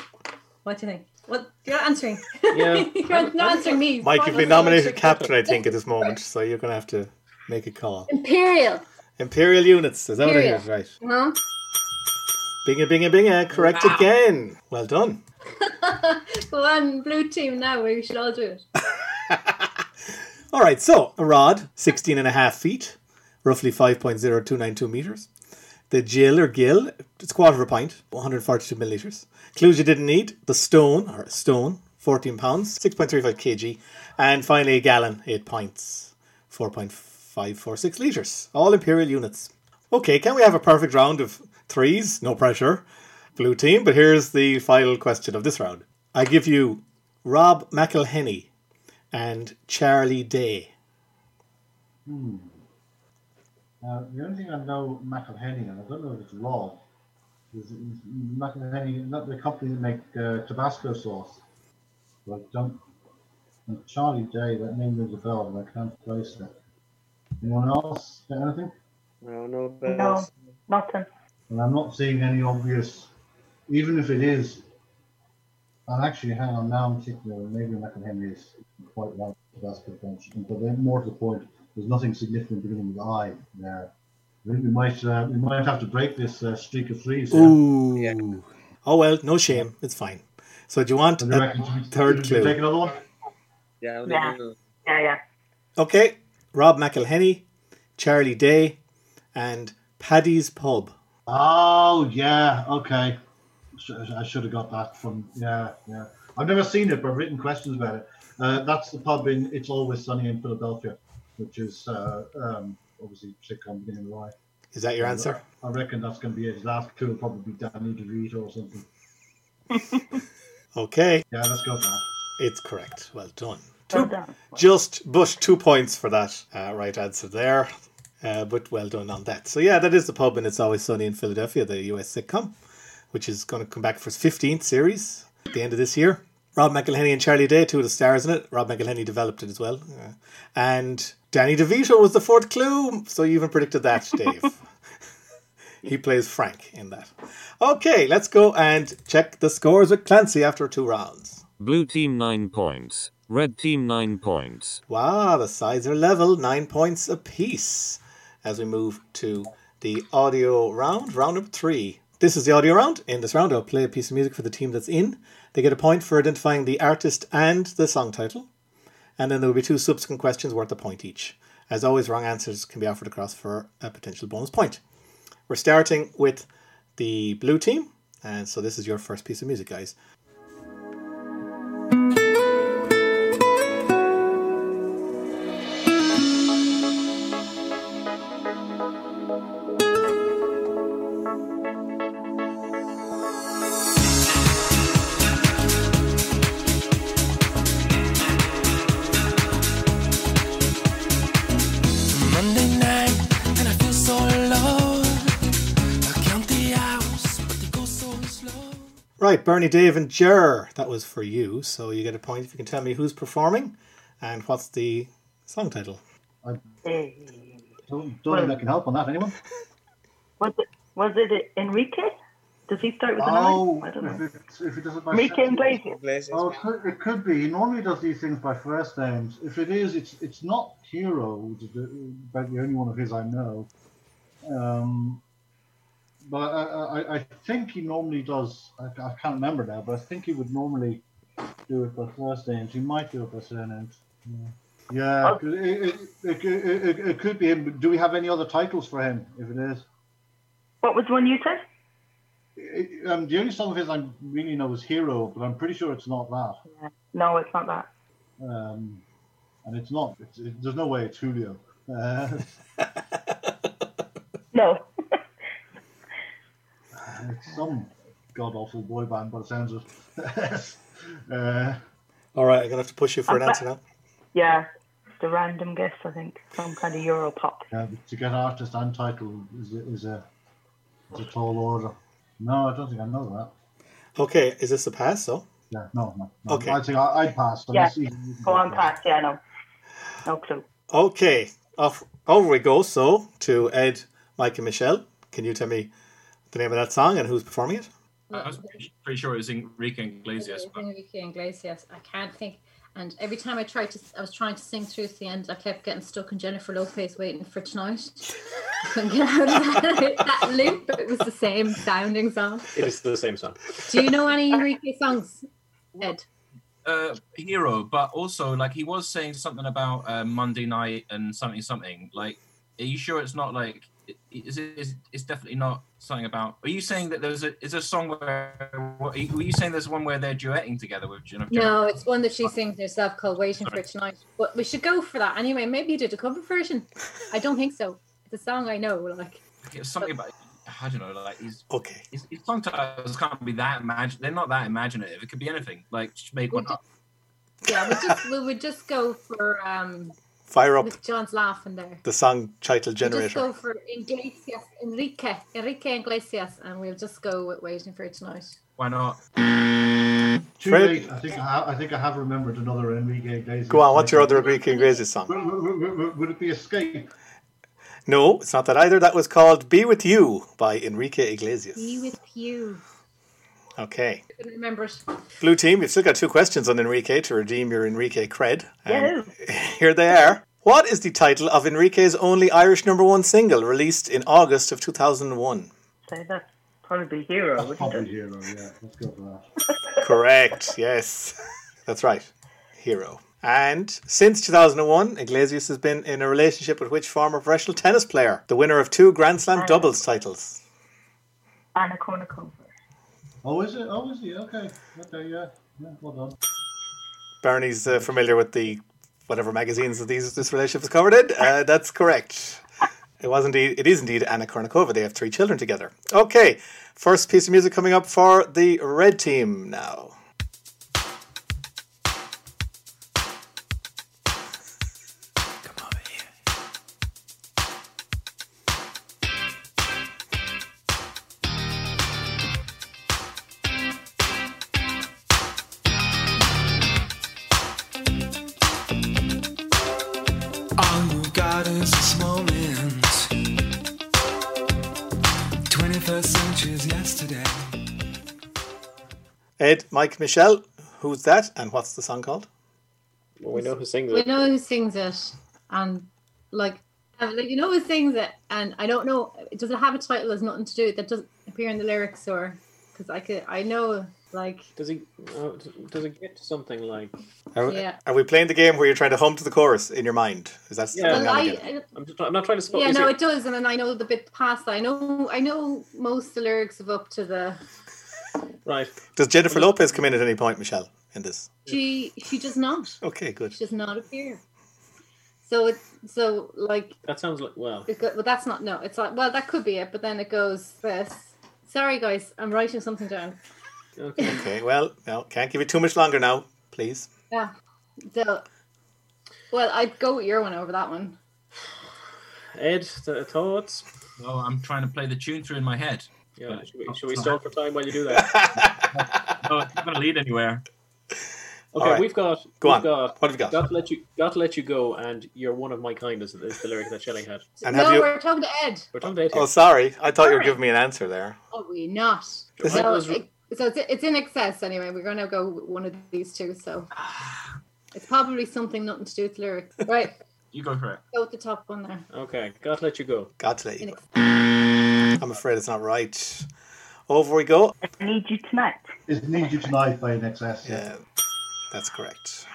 F: what do you think? What you're not answering?
G: Yeah.
F: you're not answering me.
A: Mike, you've been
F: Why not
A: nominated
F: answer-
A: captain, I think, at this moment, so you're going to have to make a call.
F: Imperial,
A: Imperial units, is that what it
F: Imperial.
A: is? Right.
F: huh?
A: Binga, binga, binga, correct
E: Wow.
A: again. Well done.
F: Go on, blue team now. We should all do it.
A: All right, so a rod, 16 and a half feet, roughly 5.0292 meters. The gill or gill, it's a quarter of a pint, 142 milliliters. Clues you didn't need, the stone, or stone, 14 pounds, 6.35 kg. And finally, a gallon, 8 pints, 4.546 liters. All imperial units. Okay, can we have a perfect round of threes? No pressure, blue team, but here's the final question of this round. I give you Rob McElhenney and Charlie Day.
C: Now, the only thing I know McElhenney, and I don't know if it's Rob, is is McElhenney, not the company that make uh, Tabasco sauce. But I don't. and Charlie Day, that name rings a bell, and I can't place it. Anyone else? Got Anything?
D: No, no. but-
B: No, nothing.
C: And I'm not seeing any obvious, even if it is. And actually, hang on, now I'm thinking of it, maybe McElhenney is quite right for Tabasco Bench. But then, more to the point, there's nothing significant beginning with I there. I think we might uh, we might have to break this uh, streak of threes. here.
A: Ooh. Oh well, no shame. It's fine. So do you want
C: Do you reckon-
A: a third
C: should we Take
A: clue?
C: another one.
D: Yeah.
B: Yeah.
D: no.
B: Yeah, yeah.
A: Okay. Rob McElhenney, Charlie Day, and Paddy's Pub.
C: Oh yeah, okay. Sh- I should have got that from yeah, yeah. I've never seen it, but I've written questions about it. Uh, that's the pub in It's Always Sunny in Philadelphia. which is uh, um, obviously sitcom beginning with I.
A: Is that your answer?
C: I reckon that's going to be his last two. will Probably be Danny DeVito or something.
A: Okay,
C: Yeah, let's go now.
A: it's correct. Well done.
B: Well
A: Two-
B: done.
A: just Bush, two points for that uh, right answer there. Uh, but well done on that. So, yeah, that is the pub, and it's always sunny in Philadelphia, the US sitcom, which is going to come back for its 15th series at the end of this year. Rob McElhenney and Charlie Day, two of the stars in it. Rob McElhenney developed it as well. Uh, and Danny DeVito was the fourth clue, so you even predicted that, Dave. he plays Frank in that. Okay, let's go and check the scores with Clancy after two rounds.
H: Blue team 9 points. Red team 9 points.
A: Wow, the sides are level, nine points apiece. As we move to the audio round, round number three. This is the audio round. In this round, I'll play a piece of music for the team that's in. They get a point for identifying the artist and the song title. And then there will be two subsequent questions worth a point each. As always, wrong answers can be offered across for a potential bonus point. We're starting with the blue team. And so this is your first piece of music, guys.
I: Monday night, and I feel so low. I count the hours, but they go so slow.
A: Right, Bernie, Dave, and Jer. That was for you, so you get a point if you can tell me who's performing and what's the song title.
C: Don't, don't think I can help on that. Anyone?
B: Was it was it Enrique? Does he start with an
C: Oh,
B: I? I don't
C: if
B: know.
C: it, if it doesn't.
B: Enrique Iglesias.
D: Places.
C: Oh, it could, it could be. He normally does these things by first names. If it is, it's it's not Hero, which is the- about the only one of his I know. Um, but I, I- I, I think he normally does. I, I can't remember now, but I think he would normally do it by first names. He might do it by surnames. Yeah, yeah it, it, it, it, it, it could be him. But do we have any other titles for him? If it is,
B: What was the one you said?
C: It- um, the only song of his I really know is Hero, but I'm pretty sure it's not that.
B: No, it's not that.
C: Um, and it's not. It's, it, there's no way it's Julio. Uh,
B: No.
C: it's some god awful boy band by the sounds of it. uh,
A: All right, I'm gonna have to push you for an answer now.
B: yeah, the random guess. I think some kind of Euro pop.
C: yeah, but to get artist and title is, a- is, a, is a tall order. No, I don't think I know that.
A: Okay, is this a pass? So
C: Yeah, no, no. no.
A: Okay.
C: I think I, I passed.
B: Yeah.
C: unless you-
B: Go on, Pat. Yeah, no, no clue.
A: okay, off over we go. So to Ed, Mike, and Michelle, can you tell me the name of that song and who's performing it?
E: I was pretty- pretty sure it was Enrique Iglesias, but
F: Enrique Iglesias. I can't think. And every time I tried to, I was trying to sing through to the end. I kept getting stuck in Jennifer Lopez waiting for tonight. Couldn't get out of that, that loop. It was the same sounding song.
G: It is the same song.
F: Do you know any Enrique songs, Ed?
E: uh, hero. But also, like he was saying something about uh, Monday night and something something. Like, are you sure it's not like? i- Is it? Is, it's definitely not something about. Are you saying that there's a? Is there a song where? What, were you saying there's one where they're duetting together with Jennifer?
F: No, it's one that she sings herself called "Waiting for Tonight." But we should go for that anyway. Maybe you did a cover version. I don't think so. It's a song I know. Like
E: It's something about. I don't know. Like he's.
A: Okay,
E: His, his song titles can't be that imagin. They're not that imaginative. It could be anything. Like just make one up.
F: yeah, we just we would just go for um
A: fire up
F: with John's laugh in there.
A: the song title
F: We'll just
A: generator.
F: go for Iglesias, Enrique, Enrique Iglesias, and we'll just go with "Waiting for Tonight."
E: Why not?
C: Too
A: Fred-
C: late. I think I, ha- I think I have remembered another Enrique Iglesias.
A: Go on, what's your other Enrique Iglesias song?
C: Would, would- would- would- would it be Escape?
A: No, it's not that either. That was called "Be with You" by Enrique
F: Be
A: Iglesias.
F: with you.
A: Okay,
F: I couldn't remember it.
A: blue team, you've still got two questions on Enrique to redeem your Enrique cred. And
B: Yeah.
A: Here they are. What is the title of Enrique's only Irish number one single released in August of 2001?
B: So that's probably Hero, wouldn't
C: Probably
B: it?
C: Hero. Yeah, let's go for that.
A: Correct, yes. That's right. Hero. And since 2001, Iglesias has been in a relationship with which former professional tennis player? The winner of two Grand Slam doubles titles.
B: Anna Kournikova.
C: Oh, is it? Oh, is he? Okay. Okay, yeah. Yeah, well done.
A: Bernie's uh, familiar with the whatever magazines that these this relationship is covered in. Uh, that's correct. It was indeed. It is indeed Anna Kournikova. They have three children together. Okay, first piece of music coming up for the red team now.
I: All you got is this moment. 21st century's yesterday.
A: Ed, Mike, Michelle, who's that, and what's the song called?
G: Well, we know who sings
F: We know who sings it, and like, uh, like you know who sings it, and I don't know. Does it have a title? Has nothing to do. That doesn't appear in the lyrics, or because I could, I know, like,
G: Does he? Uh, does it get to something like?
A: Are,
F: Yeah.
A: are we playing the game where you're trying to hum to the chorus in your mind? Is that
F: Yeah. Well, I- I-
G: I'm, just, I'm not trying to spoil.
F: yeah, no, it does, and then I know the bit past. that. I know, I know most of the lyrics of up to the.
G: Right.
A: Does Jennifer Lopez come in at any point, Michelle, in this?
F: She she does not.
A: Okay, good.
F: She does not appear. So it so like
G: That sounds like well.
F: It go, well, that's not no. It's like well, that could be it, but then it goes this. Sorry, guys, I'm writing something down.
G: Okay.
A: Okay, well, no, can't give you too much longer now, please.
F: Yeah. So, well, I'd go with your one over that one.
G: Ed, the thoughts?
E: Oh, I'm trying to play the tune through in my head.
G: Yeah, should we, should we stall for time while you do that?
E: Oh, it's not going to lead anywhere.
G: Okay,
A: All right.
G: we've got.
A: Go
G: we've
A: on.
G: Got,
A: What have you got?
G: Got to let you. Got to let you go, and you're one of my kindness. Is the lyric that Shelley had.
A: And
F: no,
A: have you?
F: we're talking to Ed.
G: We're talking to Ed. here.
A: Oh, sorry. I thought you were
F: Sorry.
A: giving me an answer there.
F: Are we not?
A: This
F: so,
G: is-
F: it- so it's, it's in excess anyway. We're going to go with one of these two. So it's probably something nothing to do with lyrics. Right.
E: You go for it.
F: go with the top one there.
G: Okay, got to let you go.
A: Got to let
F: In
A: you.
F: ex-
A: I'm afraid it's not right. Over we go.
B: I need you tonight.
C: Is Need You Tonight by NXS.
A: Yeah, that's correct.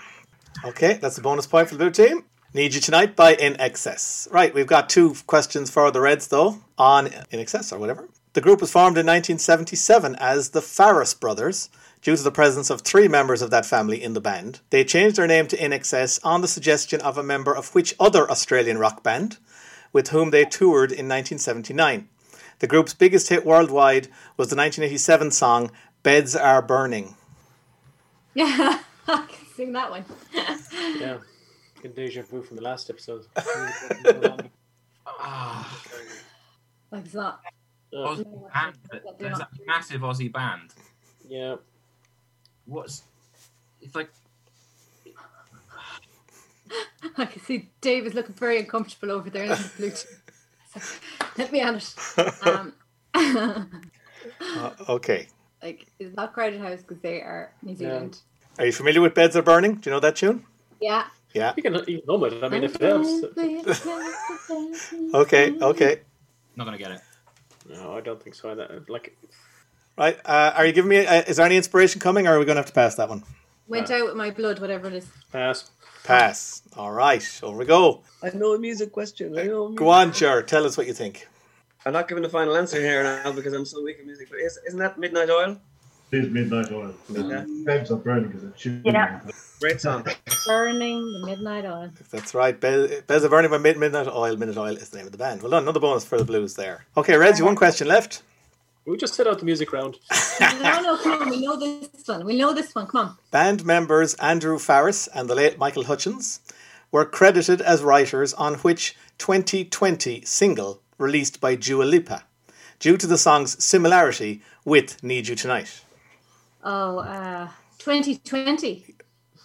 A: Okay, that's a bonus point for the blue team. Need you tonight by In Excess. Right, we've got two questions for the Reds though on In Excess or whatever. The group was formed in 1977 as the Farris Brothers. Due to the presence of three members of that family in the band, they changed their name to In Excess on the suggestion of a member of which other Australian rock band, with whom they toured in 1979. The group's biggest hit worldwide was the 1987 song Beds Are Burning.
F: Yeah. I can sing that one.
G: Yeah, good deja vu from the last episode. Um,
E: Ah,
F: like it's not.
G: Uh,
E: Aussie band. There's that massive Aussie band.
G: yeah,
E: What's? It's like
F: I can see Dave is looking very uncomfortable over there in the Bluetooth. Let me at it. Um,
A: Uh, Okay.
F: like, it's not Crowded House because they are New Zealand.
A: Are you familiar with Beds Are Burning? Do you know that tune?
F: Yeah.
A: Yeah.
G: you can you can hum it. I mean, if it helps.
D: Mm-hmm.
A: Okay, okay.
E: not going to get it.
G: No, I don't think so. That like
A: Right. Uh, are you giving me, uh, is there any inspiration coming or are we going to have to pass that one?
F: Went out with my blood, whatever it is.
G: pass.
A: Pass. All right. Over we go.
D: I know a music question. I know. A music
A: Go on, Jar. Tell us what you think.
D: I'm not giving the final answer here now because I'm so weak at music. But is, isn't that Midnight Oil?
C: It is Midnight Oil.
D: Yeah.
A: Mm-hmm.
C: Beds are burning because it's shooting.
B: Yeah.
D: Great song.
F: Burning the Midnight Oil.
A: That's right. Be- Beds Are Burning by Mid- Midnight Oil. Midnight Oil is the name of the band. Well done. Another bonus for the Blues there. Okay, Reds, you
D: Uh-huh.
A: one question left.
G: We just set out the music round.
F: no, no, come on. We know this one. We know this one. Come on.
A: Band members Andrew Farris and the late Michael Hutchins were credited as writers on which 2020 single released by Dua Lipa due to the song's similarity with Need You Tonight.
F: Oh, uh, 2020.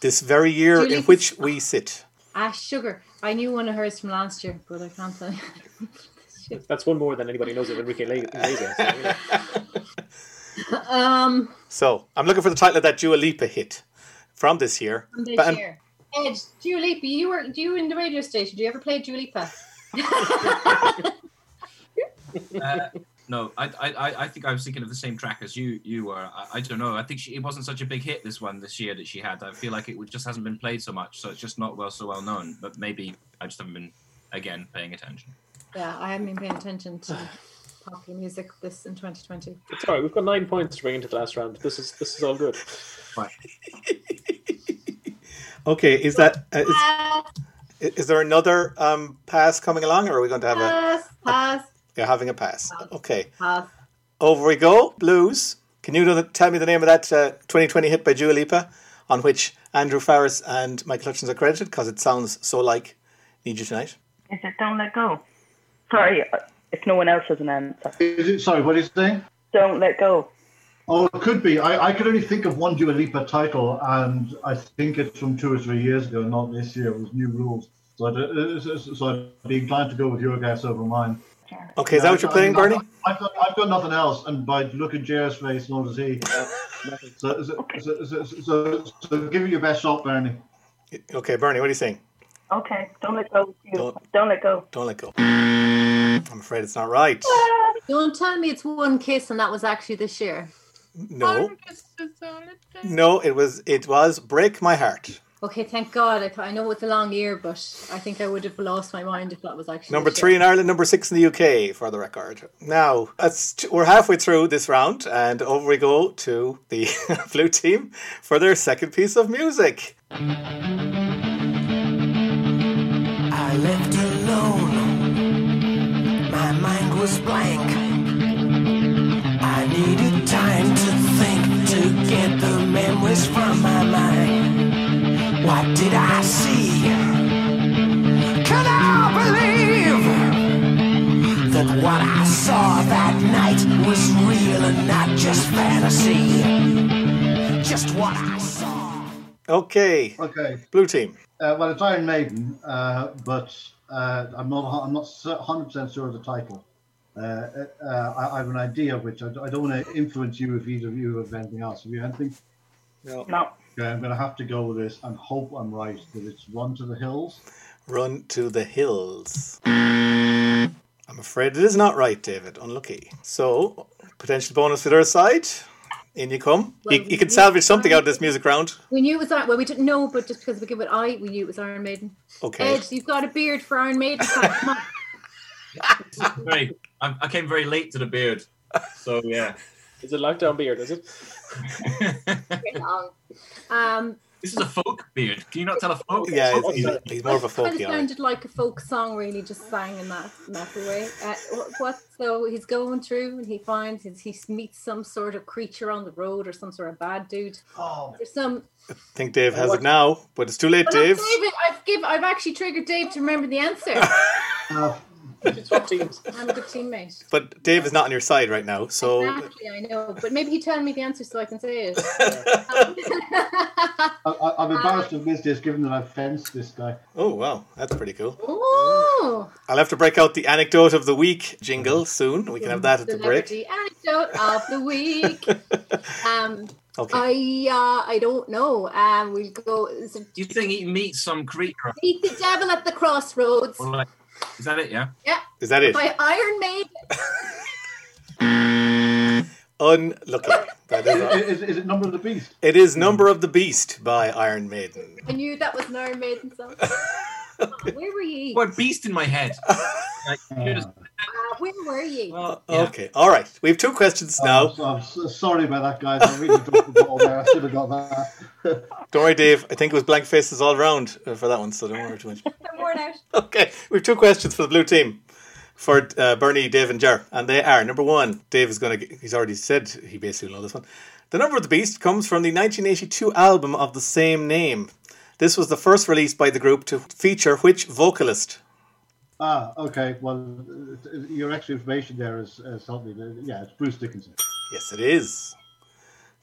A: This very year
F: Dua
A: in
F: Lipa's-
A: which we sit.
F: Ash Sugar. I knew one of hers from last year, but I can't tell you.
G: That's one more than anybody knows of Enrique Le- Iglesias. so, you know.
F: um,
A: So I'm looking for the title of that Dua Lipa hit from this year. um,
F: from this
A: Ban-
F: year. Ed, Julipa, you were do you in the radio station? Do you ever play Julipa?
E: Uh, no, I, I, I- I think I was thinking of the same track as you. You were. I, I don't know. I think she, it wasn't such a big hit this one this year that she had. I feel like it just hasn't been played so much, so it's just not well so well known. But maybe I just haven't been again paying attention.
F: yeah, I haven't been paying attention to popular music this in 2020.
G: It's all right. We've got nine points to bring into the last round. This is this is all good.
A: Okay, is that uh, is, is there another um, pass coming along, or are we going to have a?
F: Pass, pass,
A: You're having a pass. Okay,
F: Uh, pass.
A: over we go. Blues. Can you know the- tell me the name of that uh, 2020 hit by Dua Lipa, on which Andrew Farris and Michael Hutchins are credited? Because it sounds so like "Need You Tonight."
B: Is it Don't Let Go? Sorry, uh, if no one else has an answer.
C: Is it, sorry, what is it saying?
B: Don't Let Go.
C: Oh, it could be. I, I could only think of one Dua Lipa title, and I think it's from two or three years ago, not this year. It was New Rules. So I'd, uh, so- so I'd be inclined to go with your guess over mine.
A: Okay, is that what you're playing, Bernie?
C: I've got, I've got nothing else, and by look at Jair's face, nor does he. so, so, so, so, so, so give it your best shot, Bernie.
A: Okay, Bernie, what do you think?
B: Okay, Don't Let Go.
A: Don't-
B: Don't Let Go.
A: Don't let go. I'm afraid it's not right.
F: Don't tell me it's one kiss and that was actually this year.
A: No, no, it was it was "Break My Heart."
F: Okay, thank God. I, thought- I know it's a long year, but I think I would have lost my mind if that was actually
A: Number
F: this
A: three
F: year.
A: in Ireland, number six in the UK, for the record. Now, that's, we're halfway through this round, and over we go to the blue team for their second piece of music.
I: I left alone. My mind was blank. I needed time to think to get the memories from my mind. What did I see? Can I believe that what I saw that night was real and not just fantasy? Just what I saw.
A: Okay,
C: Okay.
A: blue team.
C: Uh, well, it's Iron Maiden, uh, but uh, I'm not. I'm not hundred percent sure of the title. Uh, uh, I, I have an idea, which I, I don't want to influence you if either of you have anything else. Have you anything?
A: No.
B: No.
C: Okay, I'm going to have to go with this and hope I'm right that it's Run to the Hills.
A: Run to the hills. I'm afraid it is not right, David. Unlucky. So, potential bonus for their side. In you come. you, you can salvage something out of this music round.
F: We knew it was Iron. Well, we didn't know, but just because we give it I, we knew it was Iron Maiden.
A: Okay.
F: Ed, you've got a beard for Iron Maiden. Come on.
E: Very, I, I came very late to the beard, so yeah.
G: Is it lockdown beard? Is it?
F: Get along. Um,
E: This is a folk beard. Can you not tell a folk?
A: Yeah,
E: folk
A: he's, he's-
E: beard?
A: he's more of a
F: kind of
A: folky. alright.
F: sounded like a folk song, really, just sang in that metal way. Uh, what, what? So he's going through and he finds his, he meets some sort of creature on the road or some sort of bad dude.
C: Oh,
F: There's some.
A: I think Dave has it now, but it's too late,
F: Oh, no,
A: Dave.
F: David, I've give, I've actually triggered Dave to remember the answer.
C: Uh,
G: It's what teams.
F: I'm a good teammate.
A: But Dave is not on your side right now, so
F: Exactly, I know. But maybe you tell me the answer so I can say it. Um,
C: I, I, I'm embarrassed to miss this, given that I've fenced this guy.
A: Oh wow, that's pretty cool.
F: Ooh,
A: I'll have to break out the anecdote of the week jingle soon. We can have that at the break.
F: celebrity anecdote of the week. Um,
A: Okay.
F: I uh, I don't know. Um, we'll go. is it-
E: Do you think he meets some creature?
F: Meet the devil at the crossroads
A: Oh,
E: Or like, is that it? Yeah.
A: Is that it?
F: by Iron Maiden.
A: Unlucky. That is
C: I-
A: all.
C: Is, is it Number of the Beast?
A: It is Number of the Beast by Iron Maiden.
F: I knew that was an Iron Maiden song. Oh, where were you?
E: What beast in my head? Like, you're just-
F: Uh, where were you?
E: well, yeah.
A: Okay. All right. We have two questions now.
C: Oh, I'm so- I'm so sorry about that, guys. I really dropped the ball there. I should have got that.
A: Don't worry, Dave. I think it was blank faces all around uh, for that one, so don't worry too much.
F: I'm worn out.
A: Okay. We have two questions for the blue team. For uh, Bernie, Dave, and Jar, and they are number one. Dave is going to—he's already said he basically knows this one. The Number of the Beast comes from the 1982 album of the same name. This was the first release by the group to feature which vocalist?
C: Ah, okay. Well, uh, your extra information there has, has helped me. Yeah, it's Bruce Dickinson.
A: Yes, it is.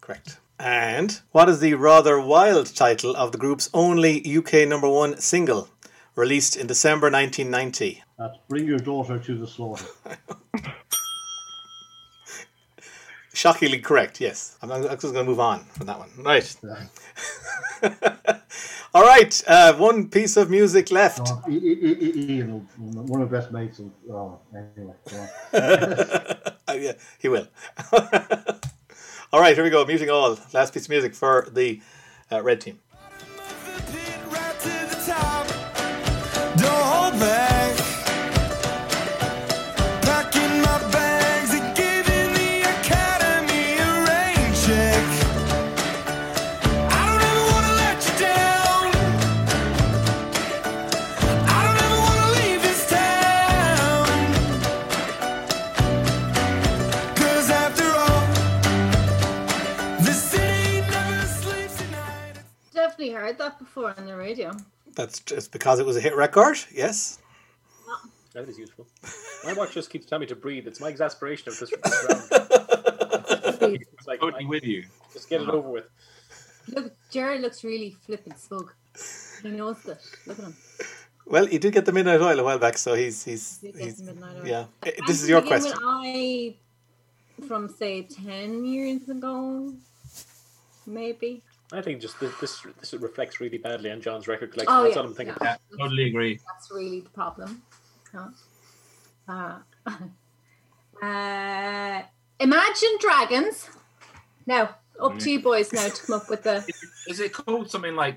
A: Correct. And what is the rather wild title of the group's only UK number one single, released in December 1990?
C: That's Bring Your Daughter to the Slaughter.
A: Shockingly correct, yes. I'm I'm just going to move on from that one. Right.
C: Uh,
A: All right, uh, one piece of music left.
C: Oh, I- I- I- I- Ian, one of the best mates of. Oh, anyway. go on.
A: Uh, yeah, he will. all right, here we go. Muting all. Last piece of music for the uh, red team.
I: Right to the top. Don't hold back. Packing my bags and giving the academy a rain check. I don't ever wanna let you down.
F: heard that before on the radio.
A: That's just because it was a hit record. Yes.
G: That is useful. My watch just keeps telling me to breathe. It's my exasperation of this round. It's like,
E: Totally with you.
G: just get it over with.
F: Look, Jerry looks really flippant smug. He knows that. Look at him.
A: Well, he did get the Midnight Oil a while back, so he's he's,
F: He did get
A: he's
F: the Midnight Oil.
A: yeah. Eh,
F: I'm
A: This is your
F: thinking
A: question.
F: When I, from say ten years ago, maybe.
G: I think just this, this this reflects really badly on John's record collection.
F: Oh,
G: That's
F: yeah,
G: all I'm thinking.
F: yeah.
E: Totally agree.
F: That's really the problem. Huh? Uh, uh, Imagine Dragons. Now, up
A: Mm.
F: to you boys now to come up with the.
E: Is it called something like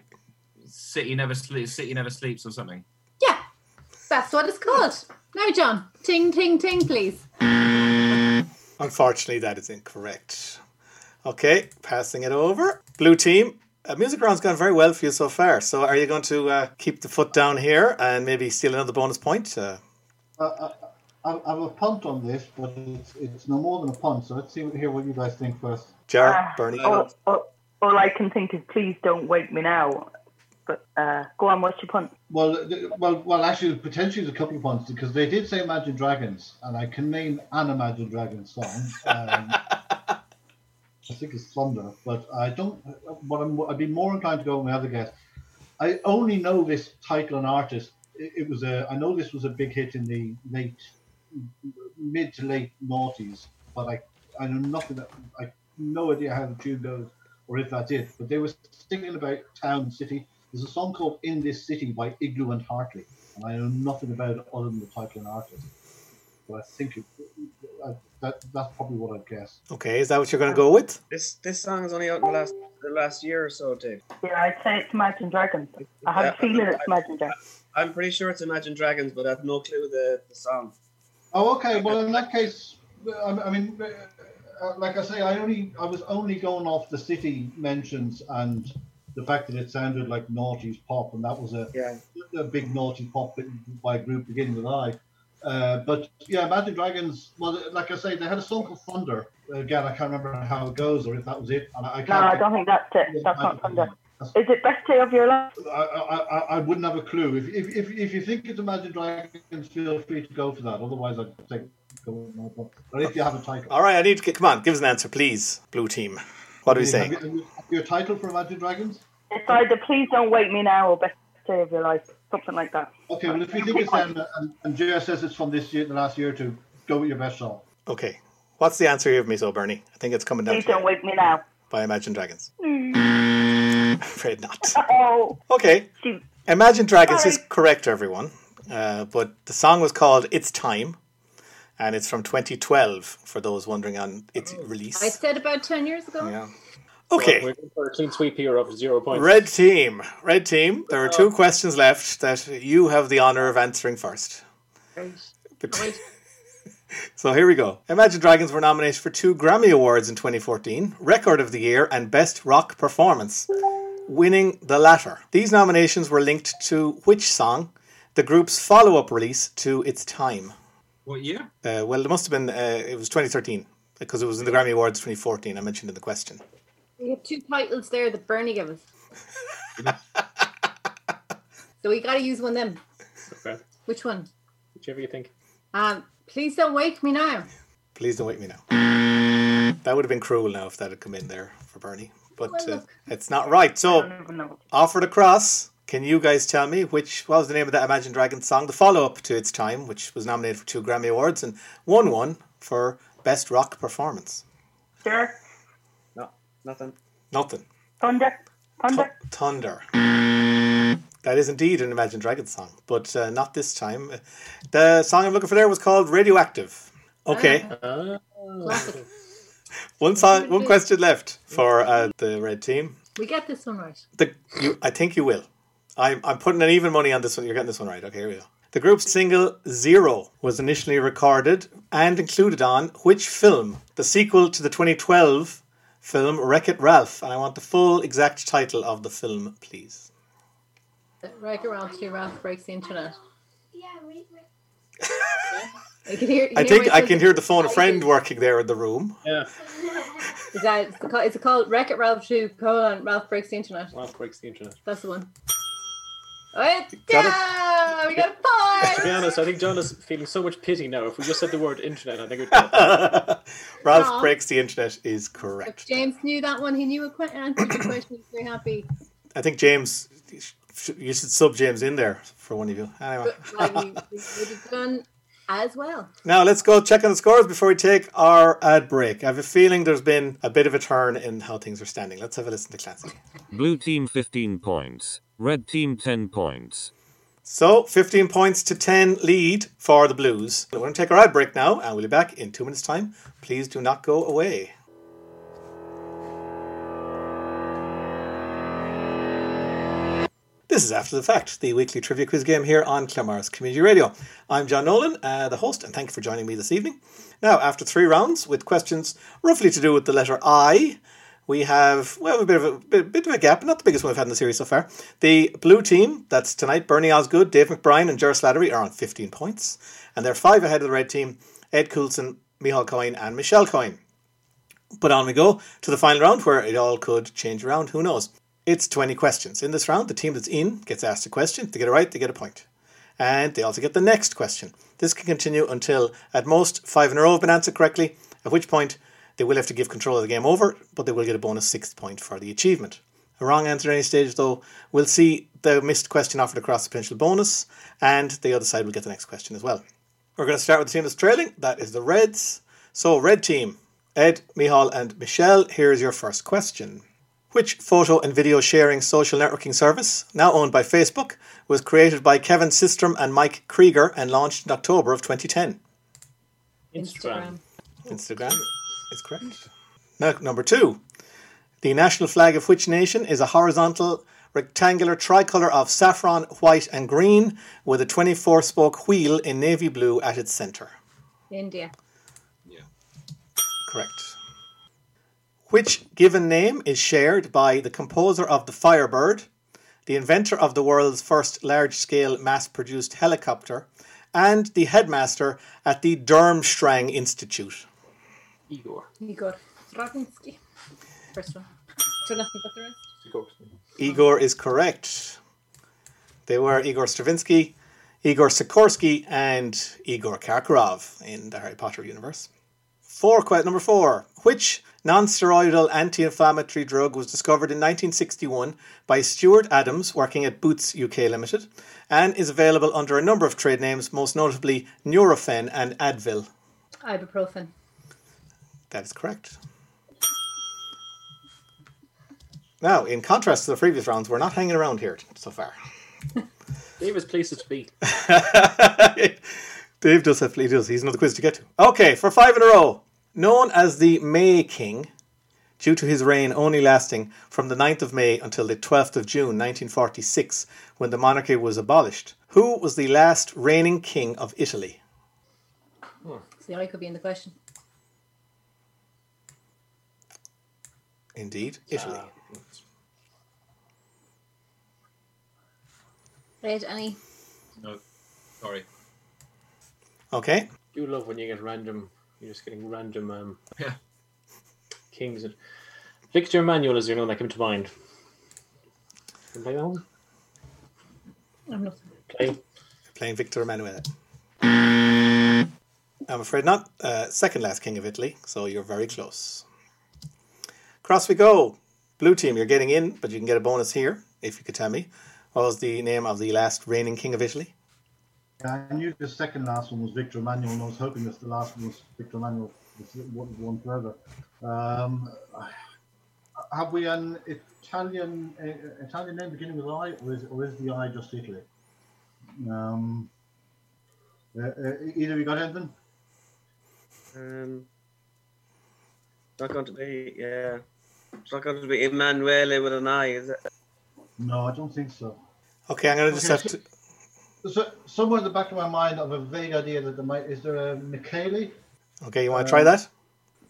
E: City Never Sleeps? City Never Sleeps or something?
F: Yeah, that's what it's called. Now, John, ting, ting, ting, please.
A: Unfortunately, that is incorrect. Okay, passing it over. Blue team. Uh, music round's gone very well for you so far. So, are you going to uh, keep the foot down here and maybe steal another bonus point? Uh,
C: I, I, I have a punt on this, but it's, it's no more than a punt. So let's see what, hear what you guys think first.
A: Jar,
B: Ah,
A: Bernie.
B: All, all, all I can think is, please don't wake me now. But uh, go on, what's your punt?
C: Well, th- well, well. Actually, potentially there's a couple of ones because they did say Imagine Dragons, and I can name an Imagine Dragons song. Um, I think it's Thunder, but I don't. What I'm, I'd be more inclined to go with my other guess. I only know this title and artist. It, it was a. I know this was a big hit in the late, mid to late noughties, but I, I know nothing. That, I no idea how the tune goes or if that's it. But they were singing about town, city. There's a song called "In This City" by Igloo and Hartley, and I know nothing about it other than the title and artist. But I think it, I, that that's probably what I'd guess.
A: Okay, is that what you're going to go with?
D: This this song is only out in the last the last year or so, Dave.
B: Yeah, I'd say it's Imagine Dragons. I have a
D: Yeah,
B: feeling
D: I-
B: it's Imagine Dragons.
D: I'm pretty sure it's Imagine Dragons, but I've no clue the, the song.
C: Oh, okay. Well, in that case, I, I mean, uh, like I say, I only I was only going off the city mentions and the fact that it sounded like naughty's pop, and that was a
D: Yeah.
C: a big naughty pop by a group beginning with I. Uh, but yeah, Imagine Dragons. Well, like I say, they had a song called Thunder. Again, I can't remember how it goes or if that was it. And I, I can't
B: No, I don't think that's it. That's not Thunder. Is it Best Day of Your Life?
C: I, I, I- I wouldn't have a clue. If, if, if, if you think it's Imagine Dragons, feel free to go for that. Otherwise, I'd say go with my one. But if you have a title,
A: All right, I need to get. Come on, give us an answer, please, blue team. What are we
C: Have
A: saying?
C: you- have you- have you a title for Imagine Dragons?
B: It's either Please Don't Wake Me Now or Best Day of Your Life. Something like that.
C: Okay, well, if you think it's them, and, and JR says it's from this year, the last year or two, go with your best shot.
A: Okay, what's the answer you give me, so Bernie? I think it's coming down
B: Please
A: to
B: Don't Wake Me Now.
A: by Imagine Dragons. Afraid not.
B: Oh,
A: Okay,
B: she,
A: Imagine Dragons
B: Sorry.
A: is correct, everyone. Uh, but the song was called "It's Time," and it's from 2012. For those wondering on its
F: I
A: release.
F: said about ten years ago.
A: Yeah. Okay.
G: We're going for a clean sweep here of zero points.
A: Red team, red team. There are two questions left that you have the honor of answering first. But- so here we go. Imagine Dragons were nominated for two Grammy Awards in 2014, Record of the Year and Best Rock Performance, winning the latter. These nominations were linked to which song? The group's follow-up release to "It's Time."
E: What year?
A: Uh, well, it must have been. Uh, it was 2013 because it was in the Grammy Awards 2014. I mentioned in the question.
F: We have two titles there that Bernie gave us. so we got to use one of them.
G: Okay.
F: Which one?
G: Whichever you think.
F: Um, please don't wake me now.
A: Please don't wake me now. That would have been cruel now if that had come in there for Bernie. But uh, it's not right.
B: I
A: So,
B: don't even know.
A: Offered Across, can you guys tell me which, what was the name of that Imagine Dragons song? The follow up to Its Time, which was nominated for two Grammy Awards and won one for Best Rock Performance.
B: Sure.
D: No, nothing.
A: Nothing.
B: Thunder.
A: Thu-
B: Thunder.
A: Thunder. That is indeed an Imagine Dragons song, but uh, not this time. The song I'm looking for there was called Radioactive. Okay.
G: Uh,
F: Classic.
A: One song, one question left for uh, the red team.
F: we get this one right.
A: The you, I think you will. I'm I'm putting an even money on this one. You're getting this one right. Okay, here we go. The group's single Zero was initially recorded and included on which film? The sequel to the 2012 film Wreck It Ralph. And I want the full exact title of the film, please.
F: Right around to Ralph breaks the internet. You can hear, you
A: I
F: hear
A: think
F: my
A: I can
F: son's
A: hear the phone a
F: excited.
A: friend working there in the room.
G: Yeah.
F: Is that it's called, it's called Wreck It Ralph 2 colon Ralph Breaks the Internet.
G: Ralph Breaks the Internet.
F: That's the one. Oh,
G: Got it.
F: yeah! We got a point!
G: to be honest, I think John is feeling so much pity now. If we just said the word internet, I think it would
A: Ralph
F: Aw.
A: breaks the internet is correct.
F: If James knew that one, he knew a que- answer to the question. He's very happy.
A: I think James, you should sub James in there for one of you. Anyway.
F: But like, we, we would have done as well.
A: Now let's go check on the scores before we take our ad break. I have a feeling there's been a bit of a turn in how things are standing. Let's have a listen to Clancy.
H: Blue team 15 points. Red team 10 points.
A: So 15 points to 10 lead for the Blues. We're going to take our ad break now and we'll be back in two minutes' time. Please do not go away. This is After the Fact, the weekly trivia quiz game here on Clamars Community Radio. I'm John Nolan, uh, the host, and thank you for joining me this evening. Now, after three rounds with questions roughly to do with the letter I, we have well a bit of a bit, bit of a gap, not the biggest one we've had in the series so far. The blue team, that's tonight, Bernie Osgood, Dave McBride, and Ger Slattery are on 15 points, and they're five ahead of the red team, Ed Coulson, Michal Coyne, and Michelle Coyne. But on we go to the final round where it all could change around. Who knows? It's 20 questions. In this round, the team that's in gets asked a question. If they get it right, they get a point. And they also get the next question. This can continue until, at most, five in a row have been answered correctly, at which point they will have to give control of the game over, but they will get a bonus sixth point for the achievement. A wrong answer at any stage, though, will see the missed question offered across the potential bonus, and the other side will get the next question as well. We're going to start with the team that's trailing. That is the Reds. So, Red Team, Ed, Mihal, and Michelle, here is your first question. Which photo and video sharing social networking service, now owned by Facebook, was created by Kevin Systrom and Mike Krieger and launched in October of 2010?
G: Instagram.
A: Instagram is correct. Now, number two. The national flag of which nation is a horizontal rectangular tricolour of saffron, white, and green with a 24 spoke wheel in navy blue at its centre?
F: India.
A: Correct. Which given name is shared by the composer of the Firebird, the inventor of the world's first large scale mass produced helicopter, and the headmaster at the Durmstrang Institute?
G: Igor.
F: Igor Stravinsky. First one. Don't know if you got the rest.
G: Igor.
A: Igor is correct. They were Igor Stravinsky, Igor Sikorsky, and Igor Karkarov in the Harry Potter universe. Four, que- number four. Which non steroidal anti inflammatory drug was discovered in 1961 by Stuart Adams working at Boots UK Limited and is available under a number of trade names, most notably Nurofen and Advil?
F: Ibuprofen.
A: That is correct. Now, in contrast to the previous rounds, we're not hanging around here so far.
G: Dave is pleased to be.
A: Dave does have he does. He's another quiz to get to. Okay, for five in a row. Known as the May King, due to his reign only lasting from the 9th of May until the 12th of June 1946, when the monarchy was abolished, who was the last reigning king of Italy?
F: So the I could be in the question.
A: Indeed, Italy.
F: Red, any?
G: No, sorry.
A: Okay.
G: do love when you get random. You're just getting random. Um,
E: Yeah.
G: Kings. and- Victor Emmanuel is the only one that came to mind. Anybody else?
F: I'm not.
G: Play.
A: Playing Victor Emanuele. I'm afraid not. Uh, second last king of Italy, so you're very close. Cross we go. Blue team, you're getting in, but you can get a bonus here if you could tell me. What was the name of the last reigning king of Italy?
C: Yeah, I knew the second last one was Victor Emmanuel, and I was hoping that the last one was Victor Emmanuel, this is one one further. Um, have we an Italian uh, Italian name beginning with I, or is, or is the I just Italy? Um, uh, uh, either we got anything?
D: Um, it's not going to be, yeah. It's not going to be Emanuele with an I, is it?
C: No, I don't think so.
A: Okay, I'm going to just have to.
C: So, somewhere in the back of my mind, I have a vague idea that there might is there a Michele?
A: Okay, you want to try that?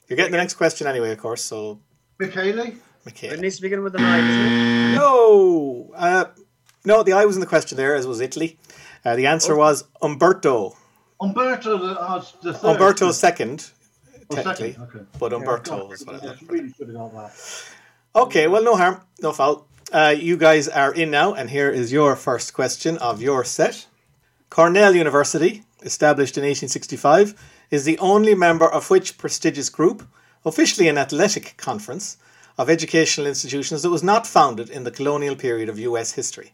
A: You're getting the next question anyway, of course, so.
C: Michele?
A: Michele.
D: It needs to begin with an I, doesn't it?
A: No! Uh, no, the I was in the question there, as was Italy. Uh, the answer was Umberto.
C: Umberto the, uh, the third.
A: Umberto second,
C: Oh, second,
A: technically,
C: okay.
A: but
C: Yeah.
A: Umberto
C: God,
A: was
C: I
A: what I left.
C: really should have got that.
A: Okay, well, no harm, no foul. Uh, you guys are in now, and here is your first question of your set. Cornell University, established in 1865, is the only member of which prestigious group, officially an athletic conference, of educational institutions that was not founded in the colonial period of U.S. history?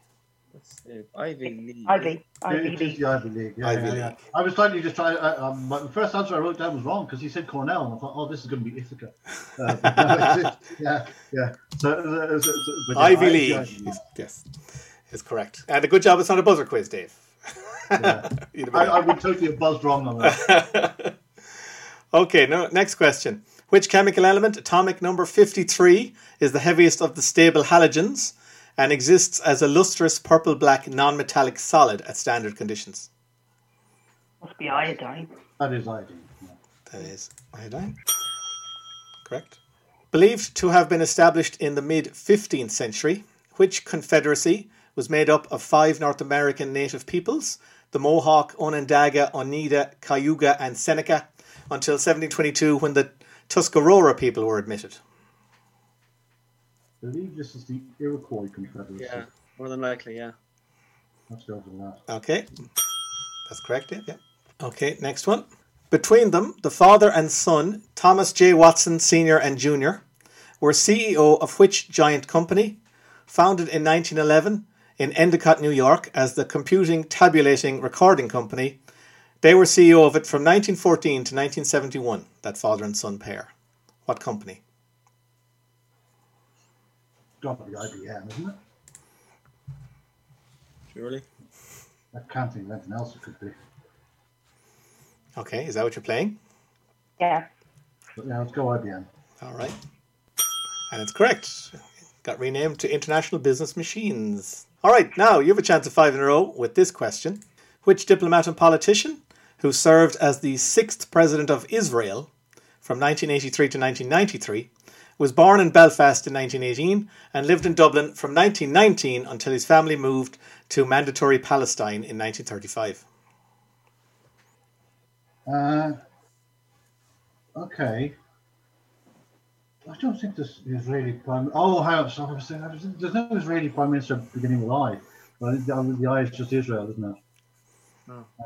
D: Ivy League.
B: Ivy.
C: Yeah, it is the Ivy League. Yeah,
A: Ivy
C: yeah, yeah. I was trying to just try. I, um, my first answer I wrote down was wrong because he said Cornell, and I thought, oh, this is going to be Ithaca. Uh, but no, it's- it's- yeah, yeah. So, uh, so, so, but yeah,
A: Ivy
C: I-
A: League. Yes, is correct. And a good job it's not a buzzer quiz, Dave. You'd have been
C: I, I would totally have buzzed wrong on that.
A: Okay, no, next question. Which chemical element, atomic number 53, is the heaviest of the stable halogens and exists as a lustrous purple black non metallic solid at standard conditions?
B: Must be iodine.
C: That is ID.
A: That is iodine. Correct. Believed to have been established in the mid 15th century, which confederacy was made up of five North American native peoples the Mohawk, Onondaga, Oneida, Cayuga, and Seneca until 1722 when the Tuscarora people were admitted.
C: I believe this is the Iroquois Confederacy.
D: Yeah, more than likely, yeah.
C: Let's go for that.
A: Okay. That's correct, yeah. yeah. Okay, next one. Between them, the father and son, Thomas J. Watson Sr. and Jr., were CEO of which giant company, founded in 1911 in Endicott, New York, as the Computing Tabulating Recording Company. They were CEO of it from 1914 to 1971, that father and son pair. What company?
C: Got to be IBM, isn't it?
D: Surely.
C: I can't think of anything else it could be.
A: Okay, is that what you're playing?
B: Yeah.
C: But yeah, let's go IBM.
A: All right. And it's correct. Got renamed to International Business Machines. All right, now you have a chance of five in a row with this question. Which diplomat and politician, who served as the sixth president of Israel from 1983 to 1993, was born in Belfast in 1918 and lived in Dublin from 1919 until his family moved to mandatory Palestine in 1935?
C: Uh, okay. I don't think this Israeli prime. Oh, hang on, sorry, I was saying- I was- there's no Israeli prime minister beginning with I. Well, the, uh, the I is just Israel, isn't it?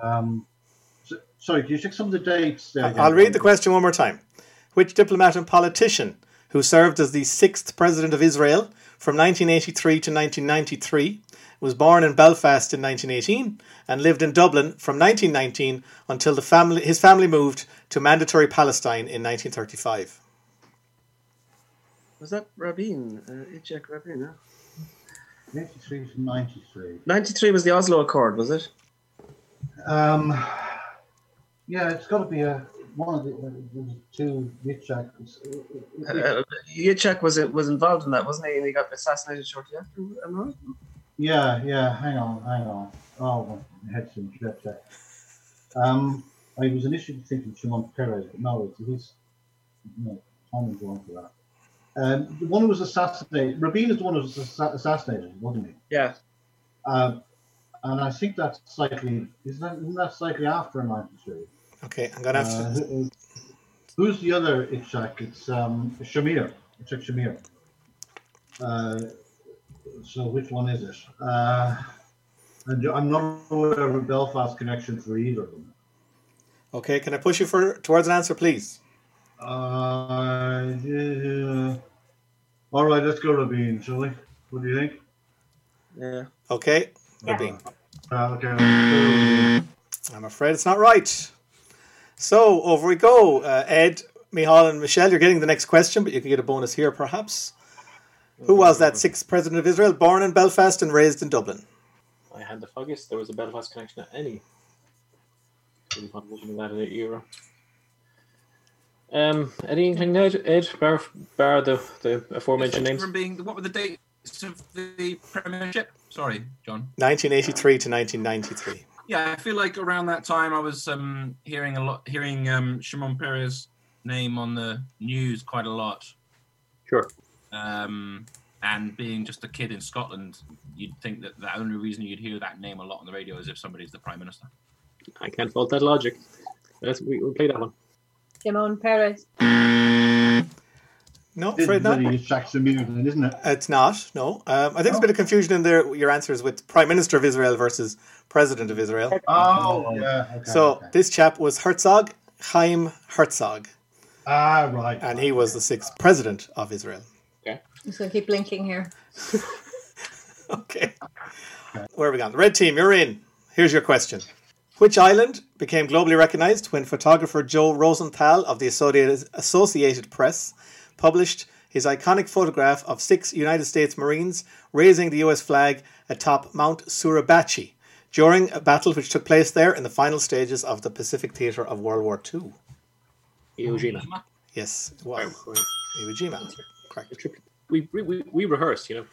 C: Um, so, sorry, can you check some of the dates? There
A: I'll read the question one more time. Which diplomat and politician who served as the sixth president of Israel from 1983 to 1993 was born in Belfast in 1918 and lived in Dublin from 1919 until the family, his family moved to mandatory Palestine in 1935?
D: Was that Rabin? Uh, Itzhak Rabin, huh?
C: 83 to 93.
D: 93 was the Oslo Accord, was it?
C: Um, yeah, it's got to be a one of the, uh, the two Yitzhak.
D: Uh, uh, Yitzhak was, was involved in that, wasn't he? And he got assassinated shortly after, am I right?
C: Yeah, yeah. Hang on, hang on. Oh, my head's in shit there. Um, I was initially thinking Shimon Peres, but no, it's his. No, Tom is wrong for that. Um, the one who was assassinated, Rabin is the one who was assa- assassinated, wasn't he?
D: Yeah.
C: Um, and I think that's slightly. Isn't that, isn't that slightly after '93?
A: Okay, I'm going to have
C: Uh,
A: to.
C: who- who's the other Itzhak? It's um, Shamir. Itzhak Shamir. Uh, so which one is it? Uh, and I'm not aware of a Belfast connection for either of them.
A: Okay, can I push you for towards an answer, please?
C: Uh, yeah. All right, let's go Rabin, shall we? What do you think?
D: Yeah.
A: Okay, Rabin.
C: Uh, okay. let's go
A: I'm afraid it's not right. So over we go. Uh, Ed, Mihal, and Michelle, you're getting the next question, but you can get a bonus here perhaps. Who was that sixth president of Israel, born in Belfast and raised in Dublin?
G: I had the foggiest. There was a Belfast connection at any. Really fun living in that era. Um, any inkling there, Ed? Bar, bar the, the aforementioned names.
E: From being, what were the dates of the premiership? Sorry, John.
A: 1983 to 1993.
E: Yeah, I feel like around that time I was um, hearing a lot, hearing um, Shimon Peres' name on the news quite a lot,
G: Sure.
E: um, and being just a kid in Scotland, you'd think that the only reason you'd hear that name a lot on the radio is if somebody's the prime minister.
G: I can't fault that logic. Let's we, we'll play that one.
F: Jamon Perez.
A: No,
C: It's
A: Fred, not. Uh,
C: bloody Jackson Mutant, isn't it?
A: It's not. No, um, I think there's a bit of confusion in there. Your answers with Prime Minister of Israel versus President of Israel.
C: Oh, yeah. Okay.
A: so this chap was Herzog Chaim Herzog,
C: ah, right.
A: and he was the sixth president of Israel.
F: I'm just going to keep blinking here.
A: Okay. Where are we going? Red team, you're in. Here's your question. Which island became globally recognized when photographer Joe Rosenthal of the Associated Associated Press published his iconic photograph of six United States Marines raising the US flag atop Mount Suribachi during a battle which took place there in the final stages of the Pacific Theater of World War II?
G: Eugenia.
A: Yes, it was. Iwo Jima. Correct.
G: We, we, we, we rehearse, you know.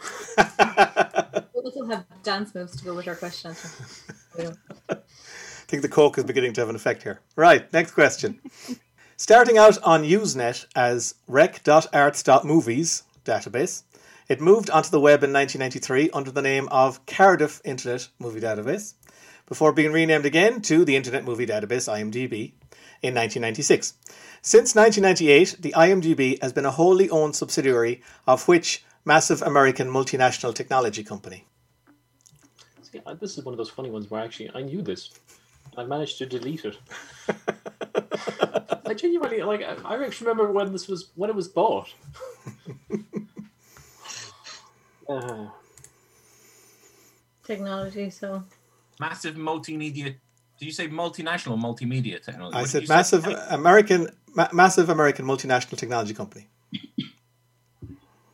F: We'll also have dance moves to go with our question answer. We don't-
A: I think the coke is beginning to have an effect here. Right, next question. Starting out on Usenet as rec.arts.movies database, it moved onto the web in 1993 under the name of Cardiff Internet Movie Database, before being renamed again to the Internet Movie Database IMDb in 1996. Since 1998, the IMDb has been a wholly owned subsidiary of which massive American multinational technology company?
G: See, I, this is one of those funny ones where actually I knew this. I managed to delete it. I genuinely like. I, I actually remember when this was when it was bought. Ah,
F: Technology, so.
E: Massive multimedia. Did you say multinational or multimedia technology?
A: I
E: What did
A: said
E: you say?
A: massive American, ma- massive American multinational technology company.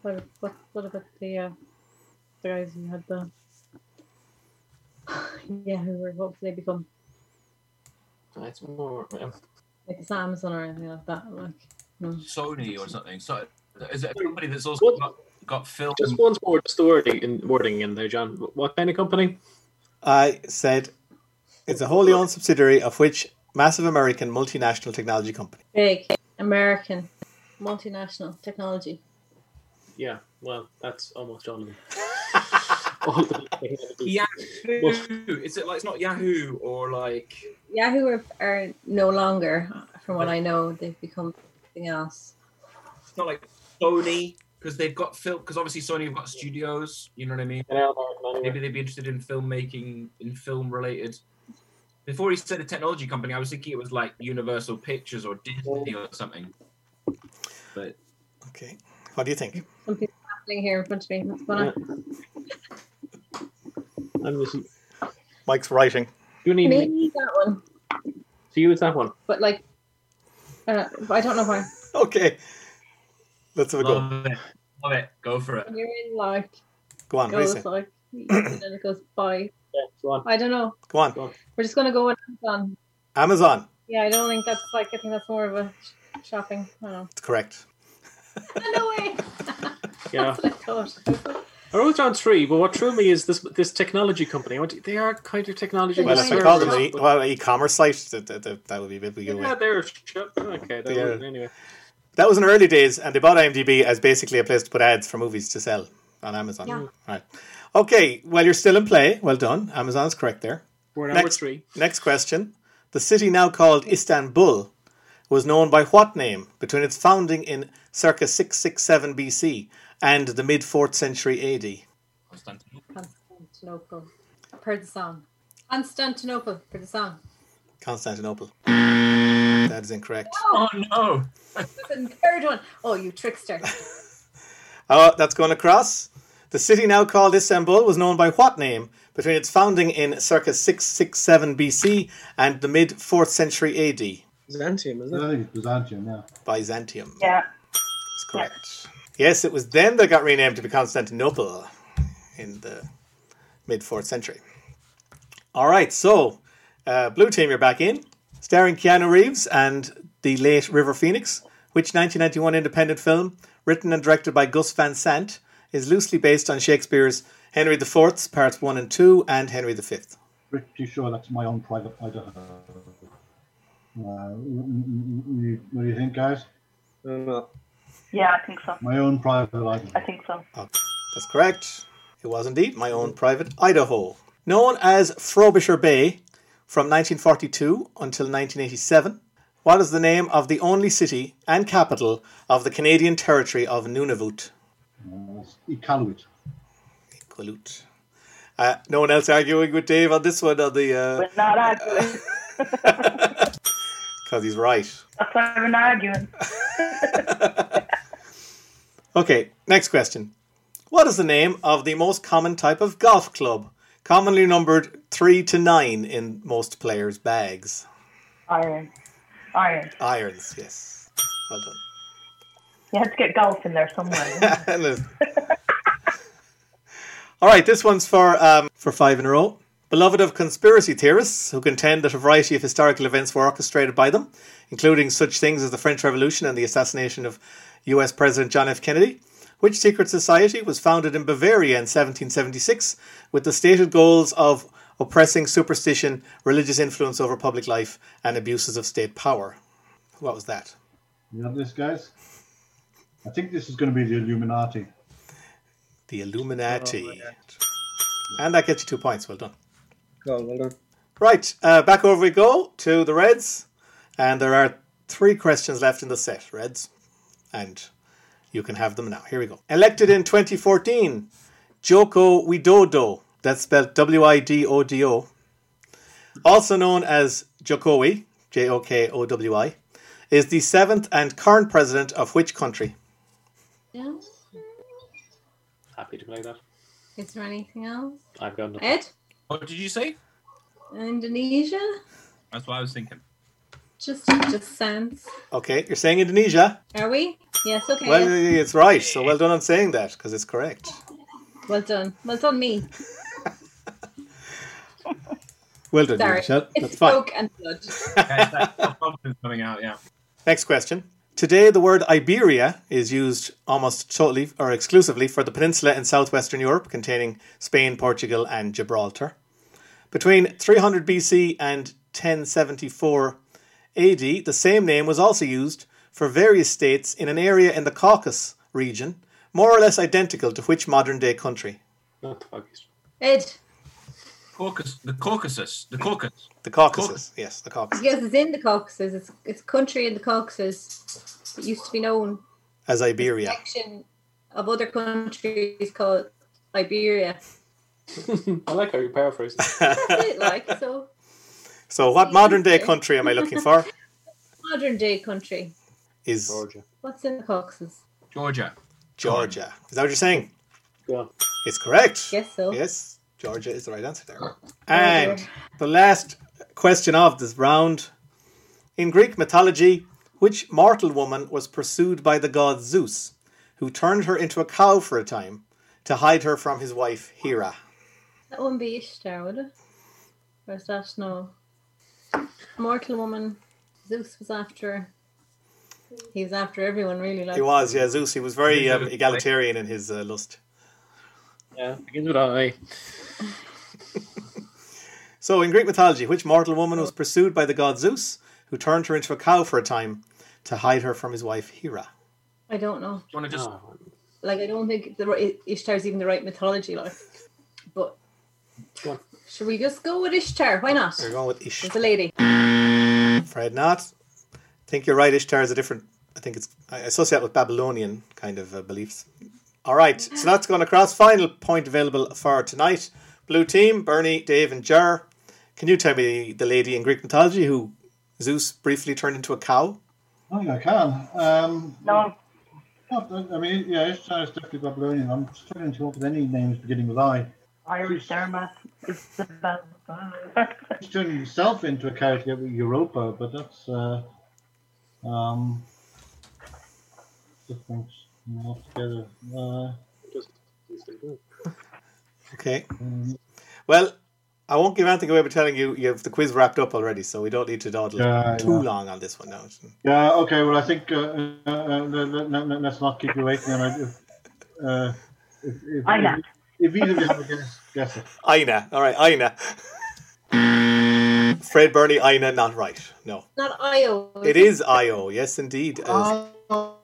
F: What, what, what about the uh, the guys who had the yeah who were what did they become
G: it's more. um,
F: like Samsung or anything like that like no.
E: Sony or something. So is it a company that's also got, got film?
G: Just once more, just the wording in, wording in there, John. What kind of company?
A: I said it's a wholly owned subsidiary of which massive American multinational technology company.
F: big American multinational technology
G: Yeah, well, that's almost all of them. All of them.
E: Yahoo.
G: Well-
E: Is it like it's not Yahoo or like
F: Yahoo are, are no longer from what I know they've become something else
E: it's not like Sony because they've got film because obviously Sony have got studios. You know what I mean?
G: An American
E: Maybe
G: anyway.
E: they'd be interested in filmmaking in film related. Before he said a technology company, I was thinking it was like Universal Pictures or Disney or something. But
A: Okay, what do you think?
F: something's happening here in front of me what's going on
G: I'm just,
A: Mike's writing.
G: you need me.
F: maybe that one
G: So you, it's that one.
F: but like uh, but I don't know why
A: Okay, let's have a go.
E: love it, love it, go for it.
F: when you're in like
A: Go on,
F: goes
A: Racing.
F: like and then it goes bye
G: Yeah, go on.
F: I don't know
A: Go on.
F: We're just gonna go with Amazon.
A: Amazon.
F: Yeah, I don't think that's like I think that's more of a sh- shopping. I don't know.
A: It's correct.
F: no way.
G: Yeah.
F: That's what I thought. I was like,
G: I wrote down three, but what threw me is this this technology company. I went, They are kind of technology.
F: Well,
A: Well,
F: Nice.
A: if we call them an
G: service,
A: e- well, an e-commerce site, that, that, that, that would be a bit
G: but-
A: weird.
G: yeah, they're shut. Okay, they
A: Yeah.
G: wouldn't anyway.
A: That was in early days, and they bought IMDb as basically a place to put ads for movies to sell on Amazon.
F: Yeah.
A: Right. Okay. Well, you're still in play. Well done. Amazon's correct there.
G: We're at number
A: Next.
G: three.
A: Next question. The city now called Istanbul was known by what name between its founding in circa 667 BC and the mid 4th century AD?
E: Constantinople.
F: Constantinople. I've heard the song. Constantinople for the song.
A: Constantinople. That is incorrect.
E: Oh no!
F: That's the third one. Oh, you trickster.
A: Oh, that's going across. The city now called Istanbul was known by what name between its founding in circa 667 BC and the mid 4th century AD?
D: Byzantium, isn't
C: I
D: it?
C: don't think it's Byzantium, yeah.
A: Byzantium.
B: Yeah.
A: That's correct. Yes, it was then that got renamed to be Constantinople in the mid fourth century. All right, so uh, blue team, you're back in, starring Keanu Reeves and the late River Phoenix. Which 1991 independent film, written and directed by Gus Van Sant, is loosely based on Shakespeare's Henry IV's Parts One and Two and Henry V?
C: Pretty sure that's my own private. I don't know. Uh, you, what do you think, guys?
D: No, no.
B: Yeah, I think so.
C: My own private
B: I
C: Idaho.
B: think so.
A: That's correct. It was indeed my own private Idaho. Known as Frobisher Bay, from 1942 until 1987, what is the name of the only city and capital of the Canadian territory of Nunavut?
C: Iqaluit.
A: Iqaluit. Uh, no one else arguing with Dave on this one on the uh,
B: We're not arguing.
A: because he's right.
B: That's why we're not arguing.
A: Okay, next question. What is the name of the most common type of golf club, commonly numbered 3 to 9 in most players' bags?
J: Iron. Iron.
A: Irons, yes. Well done.
J: You had to get golf in there somewhere.
A: Listen. All right, this one's for um, for five in a row. Beloved of conspiracy theorists who contend that a variety of historical events were orchestrated by them, including such things as the French Revolution and the assassination of US President John F. Kennedy, which secret society was founded in Bavaria in 1776 with the stated goals of oppressing superstition, religious influence over public life, and abuses of state power. What was that?
C: You know this, guys? I think this is going to be the Illuminati.
A: The
D: Oh,
A: Illuminati. and that gets you two points. Well done.
D: Cool, well done.
A: Right, uh, back over we go to the Reds, and there are three questions left in the set, Reds, and you can have them now. Here we go. Elected in 2014, Joko Widodo, that's spelled W I D O D O, also known as Jokowi, J O K O W I, is the seventh and current president of which country?
F: Yeah.
G: Happy to play that.
F: Is there anything else?
G: I've got nothing.
F: Ed?
E: What did you say?
F: Indonesia?
E: That's what I was thinking.
F: Just just sounds.
A: Okay, you're saying Indonesia.
F: Are we? Yes, okay.
A: Well, uh,
F: yes.
A: it's right, so well done on saying that because it's correct.
F: well done. Well done me.
A: Well done,
F: Sorry.
A: Michelle.
F: It's
A: That's fine.
F: smoke and blood.
E: Something's coming out, yeah.
A: Next question. Today, the word Iberia is used almost totally or exclusively for the peninsula in southwestern Europe containing Spain, Portugal, and Gibraltar. Between 300 BC and 1074 AD, the same name was also used for various states in an area in the Caucasus region, more or less identical to which modern day country?
G: Not August.
F: Ed,
E: Caucus, the Caucasus, the Caucasus.
A: The Caucasus, yes, the Caucasus.
F: because it's in the Caucasus. It's it's a country in the Caucasus that used to be known
A: As Iberia.
F: section of other countries called Iberia.
G: I like how you paraphrase. it.
F: Quite like so
A: So, what modern day country am I looking for?
F: modern day country.
A: Is
G: Georgia.
F: What's in the Caucasus?
E: Georgia.
A: Georgia. Is that what you're saying?
G: Go on.
A: It's correct.
F: Guess so.
A: Yes, Georgia is the right answer there. And the last question of this round. In Greek mythology, which mortal woman was pursued by the god Zeus, who turned her into a cow for a time to hide her from his wife Hera?
F: That wouldn't be Ishtar, would it? Or is that no? Mortal woman. Zeus was after. He was after everyone, really. Like
A: He was, yeah, Zeus. He was very um, egalitarian in his uh, lust.
G: Yeah, begins with I.
A: So, in Greek mythology, which mortal woman was pursued by the god Zeus, who turned her into a cow for a time to hide her from his wife Hera?
F: I don't know.
E: Do you want to just
G: Oh,
F: Like I don't think the right, Ishtar's even the right mythology. Like, but
G: go on.
F: should we just go with Ishtar? Why not?
A: We're going with Ish.
F: It's a lady.
A: Afraid not. I think you're right. Ishtar is a different. I think it's. I associate it with Babylonian kind of uh, beliefs. All right, so that's gone across. Final point available for tonight. Blue team: Bernie, Dave, and Jar. Can you tell me the lady in Greek mythology who Zeus briefly turned into a cow?
C: I think I can. Um,
J: no,
C: God, I I mean, yeah, Ishtar is definitely Babylonian. I'm struggling to come up with any names beginning with I.
J: Irish Dermot is the best.
C: He's turning himself into a cow to get with Europa, but that's. Uh, um, different altogether. Uh,
G: Just- just-
A: Okay.
C: um,
A: Well, I won't give anything away by telling you you have the quiz wrapped up already, so we don't need to dawdle
C: Yeah,
A: too
C: yeah.
A: long on this one now.
C: yeah, okay, well, I think uh, uh, uh, let, let, us not keep you waiting. And I, if, uh, if, if,
J: I know.
C: if, if either of you have a guess, guess it.
A: Ina. All right, Ina. Fred Bernie, Ina, not right. No.
F: Not Io.
A: It is Io, yes indeed. As
C: Oh,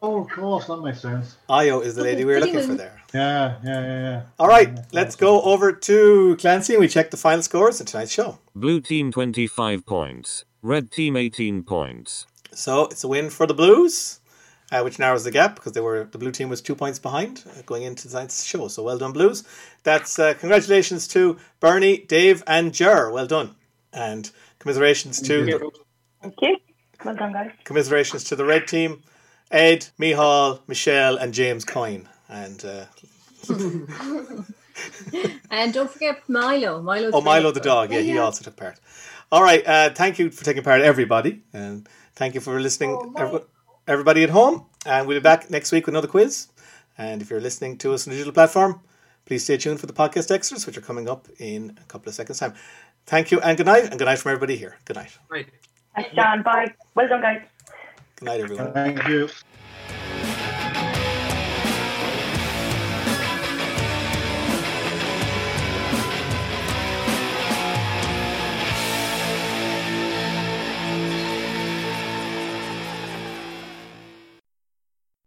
C: Oh, of course, that makes sense.
A: Io is the lady we were looking for there.
C: Yeah, yeah, yeah, yeah.
A: All right, let's go over to Clancy and we check the final scores of tonight's show.
H: Blue team 25 points. Red team 18 points.
A: So it's a win for the Blues, uh, which narrows the gap because they were the blue team was two points behind uh, going into tonight's show. So well done, Blues. That's uh, congratulations to Bernie, Dave, and Jer. Well done, and commiserations to
J: Thank you. Well done, guys.
A: commiserations to the red team, Ed, Mihal, Michelle, and James Coyne. And uh,
F: and don't forget Milo. Milo.
A: oh, Milo the dog. Yeah, he also took part. All right. Uh, thank you for taking part, everybody, and thank you for listening, every- everybody at home. And we'll be back next week with another quiz. And if you're listening to us on the digital platform, please stay tuned for the podcast extras, which are coming up in a couple of seconds' time. Thank you, and good night, and good night from everybody here. Good night.
J: Thanks, John. Bye. Well done, guys.
A: Good night, everyone.
C: Thank you.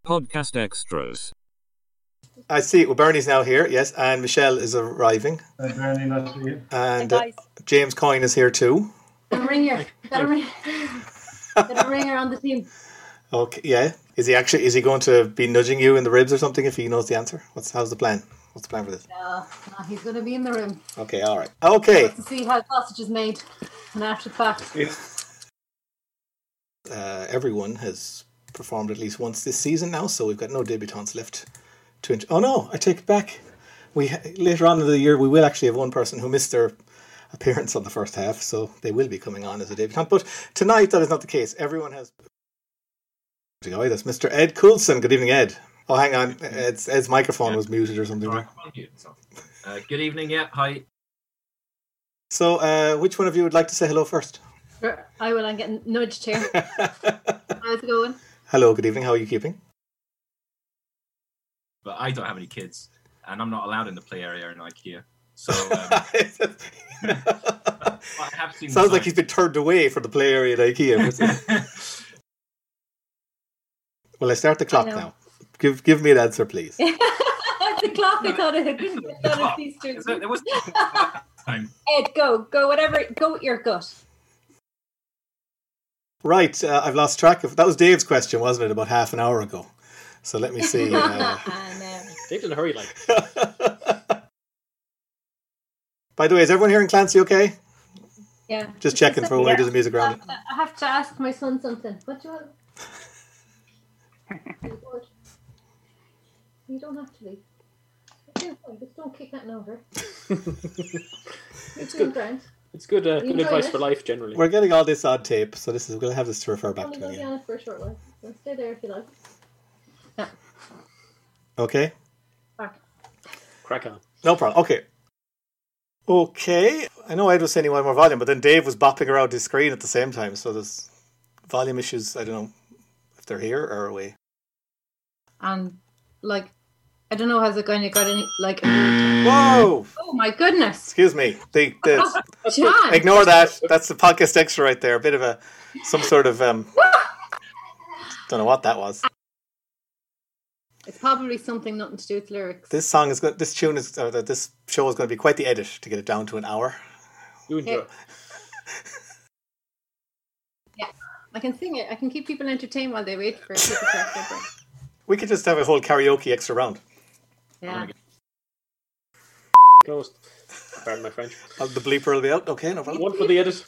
H: Podcast extras.
A: I see. Well, Bernie's now here, yes, and Michelle is arriving,
C: Uh, Bernie, nice to meet you.
A: and uh, James Coyne is here too.
F: Got a ringer. Got a ringer. Got a ringer on the team.
A: Okay, yeah. Is he actually? Is he going to be nudging you in the ribs or something if he knows the answer? What's how's the plan? What's the plan for this?
F: No, no, Ah, he's going to be in the room
A: Okay, all right. Okay.
F: to see how sausage is made. And after the fact,
A: Uh, everyone has performed at least once this season now, so we've got no debutantes left. To en- oh no, I take it back. We ha- later on in the year we will actually have one person who missed their appearance on the first half, so they will be coming on as a debutant. But tonight that is not the case. Everyone has. Oh, that's Mr. Ed Coulson. Good evening, Ed. Oh, hang on. Ed's, Ed's microphone was muted or something.
E: Uh, good evening. Yeah. Hi.
A: So, uh, which one of you would like to say hello first?
F: Sure, I will. I'm getting nudged here. How's it going?
A: Hello, good evening. How are you keeping?
E: But I don't have any kids, and I'm not allowed in the play area in IKEA. So. Um, I have seen. the
A: Sounds like
E: sign.
A: he's been turned away from the play area at IKEA. well, I start the clock
F: I know.
A: now. Give give me an answer, please.
F: the clock. I thought it had been. I thought it was
E: There was time.
F: Ed, go, go, whatever, go with your gut.
A: Right, uh, I've lost track of that. Was Dave's question, wasn't it, about half an hour ago? So let me see. Uh,
G: Dave in a hurry, like.
A: by the way, is everyone here in Clancy okay?
F: yeah. Uh,
A: Just checking for when we do the music round.
F: I have to ask my son something. What do you want? you don't have to leave. Okay, fine, Just don't kick that over. You're doing grand.
G: It's good, uh,
F: You
G: good
F: enjoy
G: advice
F: it?
G: for life generally.
A: We're getting all this on tape, so this is we'll have this to refer
F: I'm
A: back
F: only
A: to
F: going to be
A: again.
F: on it for a short while. So stay there if you like.
A: Okay.
G: Crack on.
A: No problem. Okay. Okay. I know Ed was saying he wanted more volume, but then Dave was bopping around his screen at the same time, so there's volume issues. I don't know if they're here or away.
F: And, like, I don't know how's it going. You got any, like,
A: Whoa!
F: oh my goodness.
A: Excuse me. The, the,
F: John.
A: ignore that. That's the podcast extra right there. A bit of a, some sort of, um, don't know what that was.
F: It's probably something nothing to do with lyrics.
A: This song is going. This tune is. Or the- this show is going to be quite the edit to get it down to an hour.
G: You enjoy.
F: Okay. Yeah, I can sing it. I can keep people entertained while they wait for it. to crack their brain.
A: We could just have a whole karaoke extra round.
F: Yeah.
G: Closed. Pardon my French.
A: Uh, The bleeper will be out. Okay, no problem.
G: One for the edit.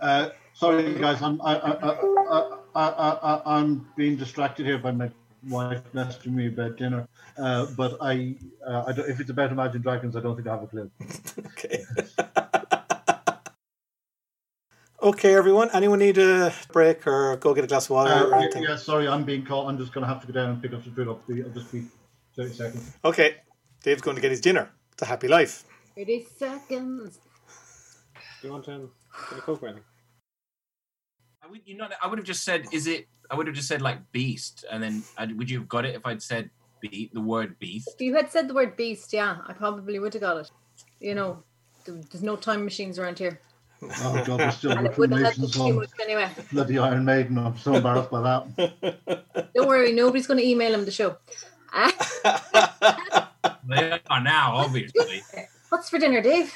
C: Uh, sorry, guys, I'm I, I, I, I, I, I, I'm being distracted here by my wife messaging me about dinner. Uh, but I, uh, I don't, if it's about Imagine Dragons, I don't think I have a clue.
A: Okay. okay, everyone. Anyone need a break or go get a glass of water
C: Uh,
A: or
C: yeah,
A: anything?
C: yeah, sorry, I'm being caught. I'm just going to have to go down and pick up the drill up. The, I'll just be thirty seconds.
A: Okay. Dave's going to get his dinner. It's a happy life.
F: 30 seconds.
G: Do you want um, a Coke or anything?
E: I would, you know, I would have just said, "Is it?" I would have just said like "beast," and then i would you have got it if I'd said be, the word "beast"?
F: If you had said the word beast, yeah, I probably would have got it. You know, th- there's no time machines around here.
C: Oh god, we're still
F: And it wouldn't help
C: recriminations
F: too
C: on
F: much anyway.
C: bloody Iron Maiden. I'm so embarrassed by that.
F: Don't worry, nobody's going to email him the show. Ah,
E: They are now, obviously.
F: What's for dinner, Dave?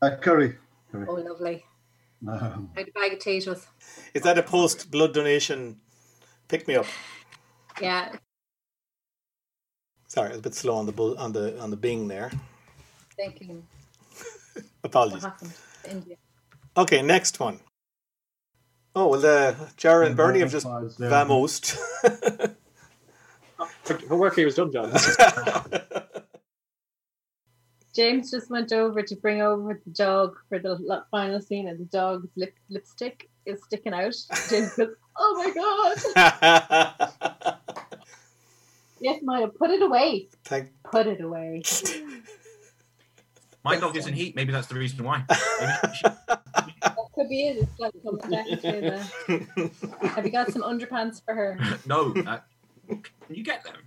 C: Uh, curry.
F: Oh, lovely.
C: No.
F: I had a bag of potatoes.
A: Is that a post blood donation pick me up?
F: Yeah.
A: Sorry, I was a bit slow on the bull, on the on the bing there.
F: Thinking what
A: Apologies.
F: happened to India.
C: Uh-huh.
A: Okay, next one. Oh well, the Jar and Bernie have just
C: there.
A: vamoosed.
G: Her work here was done, John.
F: James just went over to bring over the dog for the l- final scene, and the dog's lip, lipstick is sticking out. James goes, "Oh my god! Yes, Maya, put it away.
A: Thank.
F: Put it away."
E: My dog is in heat. Maybe that's the reason why.
F: That could be it. It's like it comes back to the. Have you got some underpants for her?
E: no. uh, can you get them?